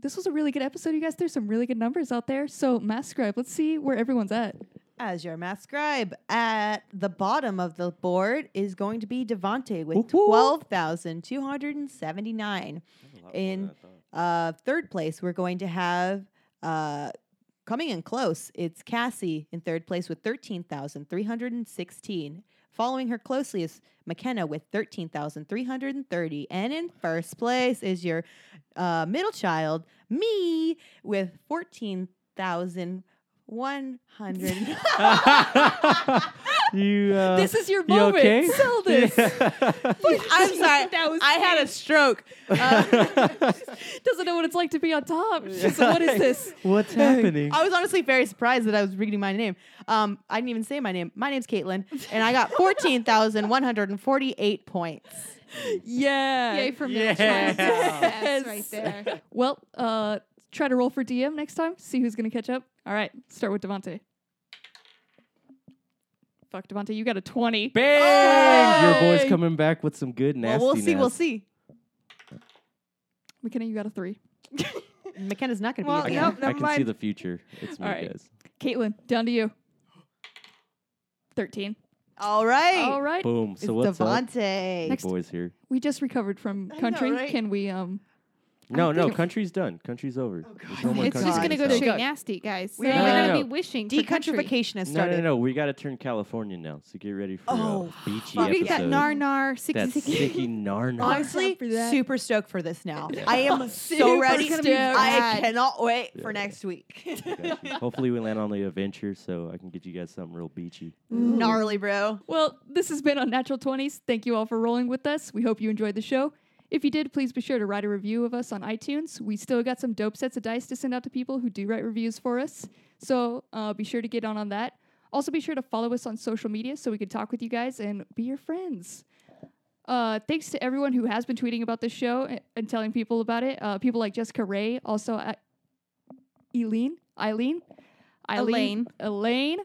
A: this was a really good episode, you guys. There's some really good numbers out there. So, Mass Scribe, let's see where everyone's at.
D: As your math scribe, at the bottom of the board is going to be Devante with
B: Woo-hoo.
D: twelve thousand two hundred and seventy nine. In- Uh, third place, we're going to have uh, coming in close. It's Cassie in third place with thirteen thousand three hundred and sixteen. Following her closely is McKenna with thirteen thousand three hundred and thirty, and in first place is your uh, middle child, me, with fourteen thousand one hundred.
B: you, uh,
A: this is your
B: you
A: moment.
B: okay?
A: Sell this.
D: I'm sorry,
A: That was
D: I had a stroke. Uh,
A: Doesn't know what it's like to be on top. She's like, what is this?
B: What's happening?
D: I was honestly very surprised that I was reading my name. Um, I didn't even say my name. My name's Caitlin, and I got 14,148 points.
A: Yeah.
C: yay for middle
B: Yeah.
C: child. Yes,
A: Yes.
C: right there.
A: Well, uh, try to roll for DM next time. See who's going to catch up. All right. Start with Devante. Fuck, Devante, you got a 20.
B: Bang! Your boy's
A: Yay!
B: coming back with some good
D: Well,
B: nasty.
D: we'll see. We'll see.
A: McKenna, you got a 3.
D: McKenna's not going to
C: Well,
D: be.
B: I
D: here
B: can,
C: Nope,
D: again.
B: I
C: never
B: can see
C: mind.
B: the future. It's me,
A: All right.
B: guys.
A: Caitlin, down to you. 13.
D: All right.
A: All right.
B: Boom.
D: It's
B: So what's up?
D: Devante.
B: The boys here.
A: We just recovered from
D: I know,
A: country.
D: right?
A: Can we um
B: No, no,
A: think-
B: country's done. Country's over.
D: Oh,
B: There's
D: God.
B: no more
D: my
C: it's just
B: country
C: gonna go
B: stuff.
A: Thank
C: straight
A: God.
C: nasty, guys. So
D: We
C: we're
B: are-
C: gonna
B: No, no,
C: be wishing for country.
D: Decountrification has
B: No,
D: started.
B: no, no. We got to turn California now. So get ready for
D: Oh,
B: a beachy
D: fuck.
B: episode.
C: We got nar nar
B: That sticky nar nar.
D: Honestly,
A: for that.
D: super stoked for this now. I am so
A: Super
D: ready.
A: stoked.
D: I cannot wait for
B: Yeah.
D: next week.
B: Got you. Hopefully, we land on the adventure so I can get you guys something real beachy.
D: Gnarly, bro.
A: Well, this has been Unnatural 20s. Thank you all for rolling with us. We hope you enjoyed the show. If you did, please be sure to write a review of us on iTunes. We still got some dope sets of dice to send out to people who do write reviews for us. So uh, be sure to get on on that. Also, be sure to follow us on social media so we can talk with you guys and be your friends. Uh, thanks to everyone who has been tweeting about this show and, and telling people about it. Uh, people like Jessica Ray, also uh, Eileen, Eileen, Eileen, Elaine,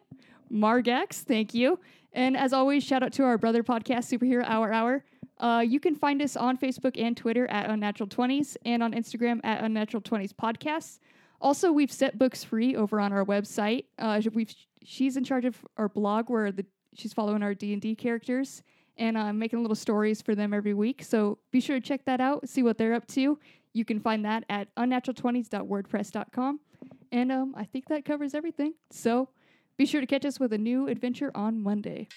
A: Margax. Thank you. And as always, shout out to our brother podcast, Superhero Hour Hour. Uh, you can find us on Facebook and Twitter at Unnatural Twenties, and on Instagram at Unnatural Twenties Podcasts. Also, we've set books free over on our website. Uh, we've she's in charge of our blog where the she's following our D and D characters and uh, making little stories for them every week. So be sure to check that out, see what they're up to. You can find that at unnatural20s.wordpress.com. And um, I think that covers everything. So be sure to catch us with a new adventure on Monday.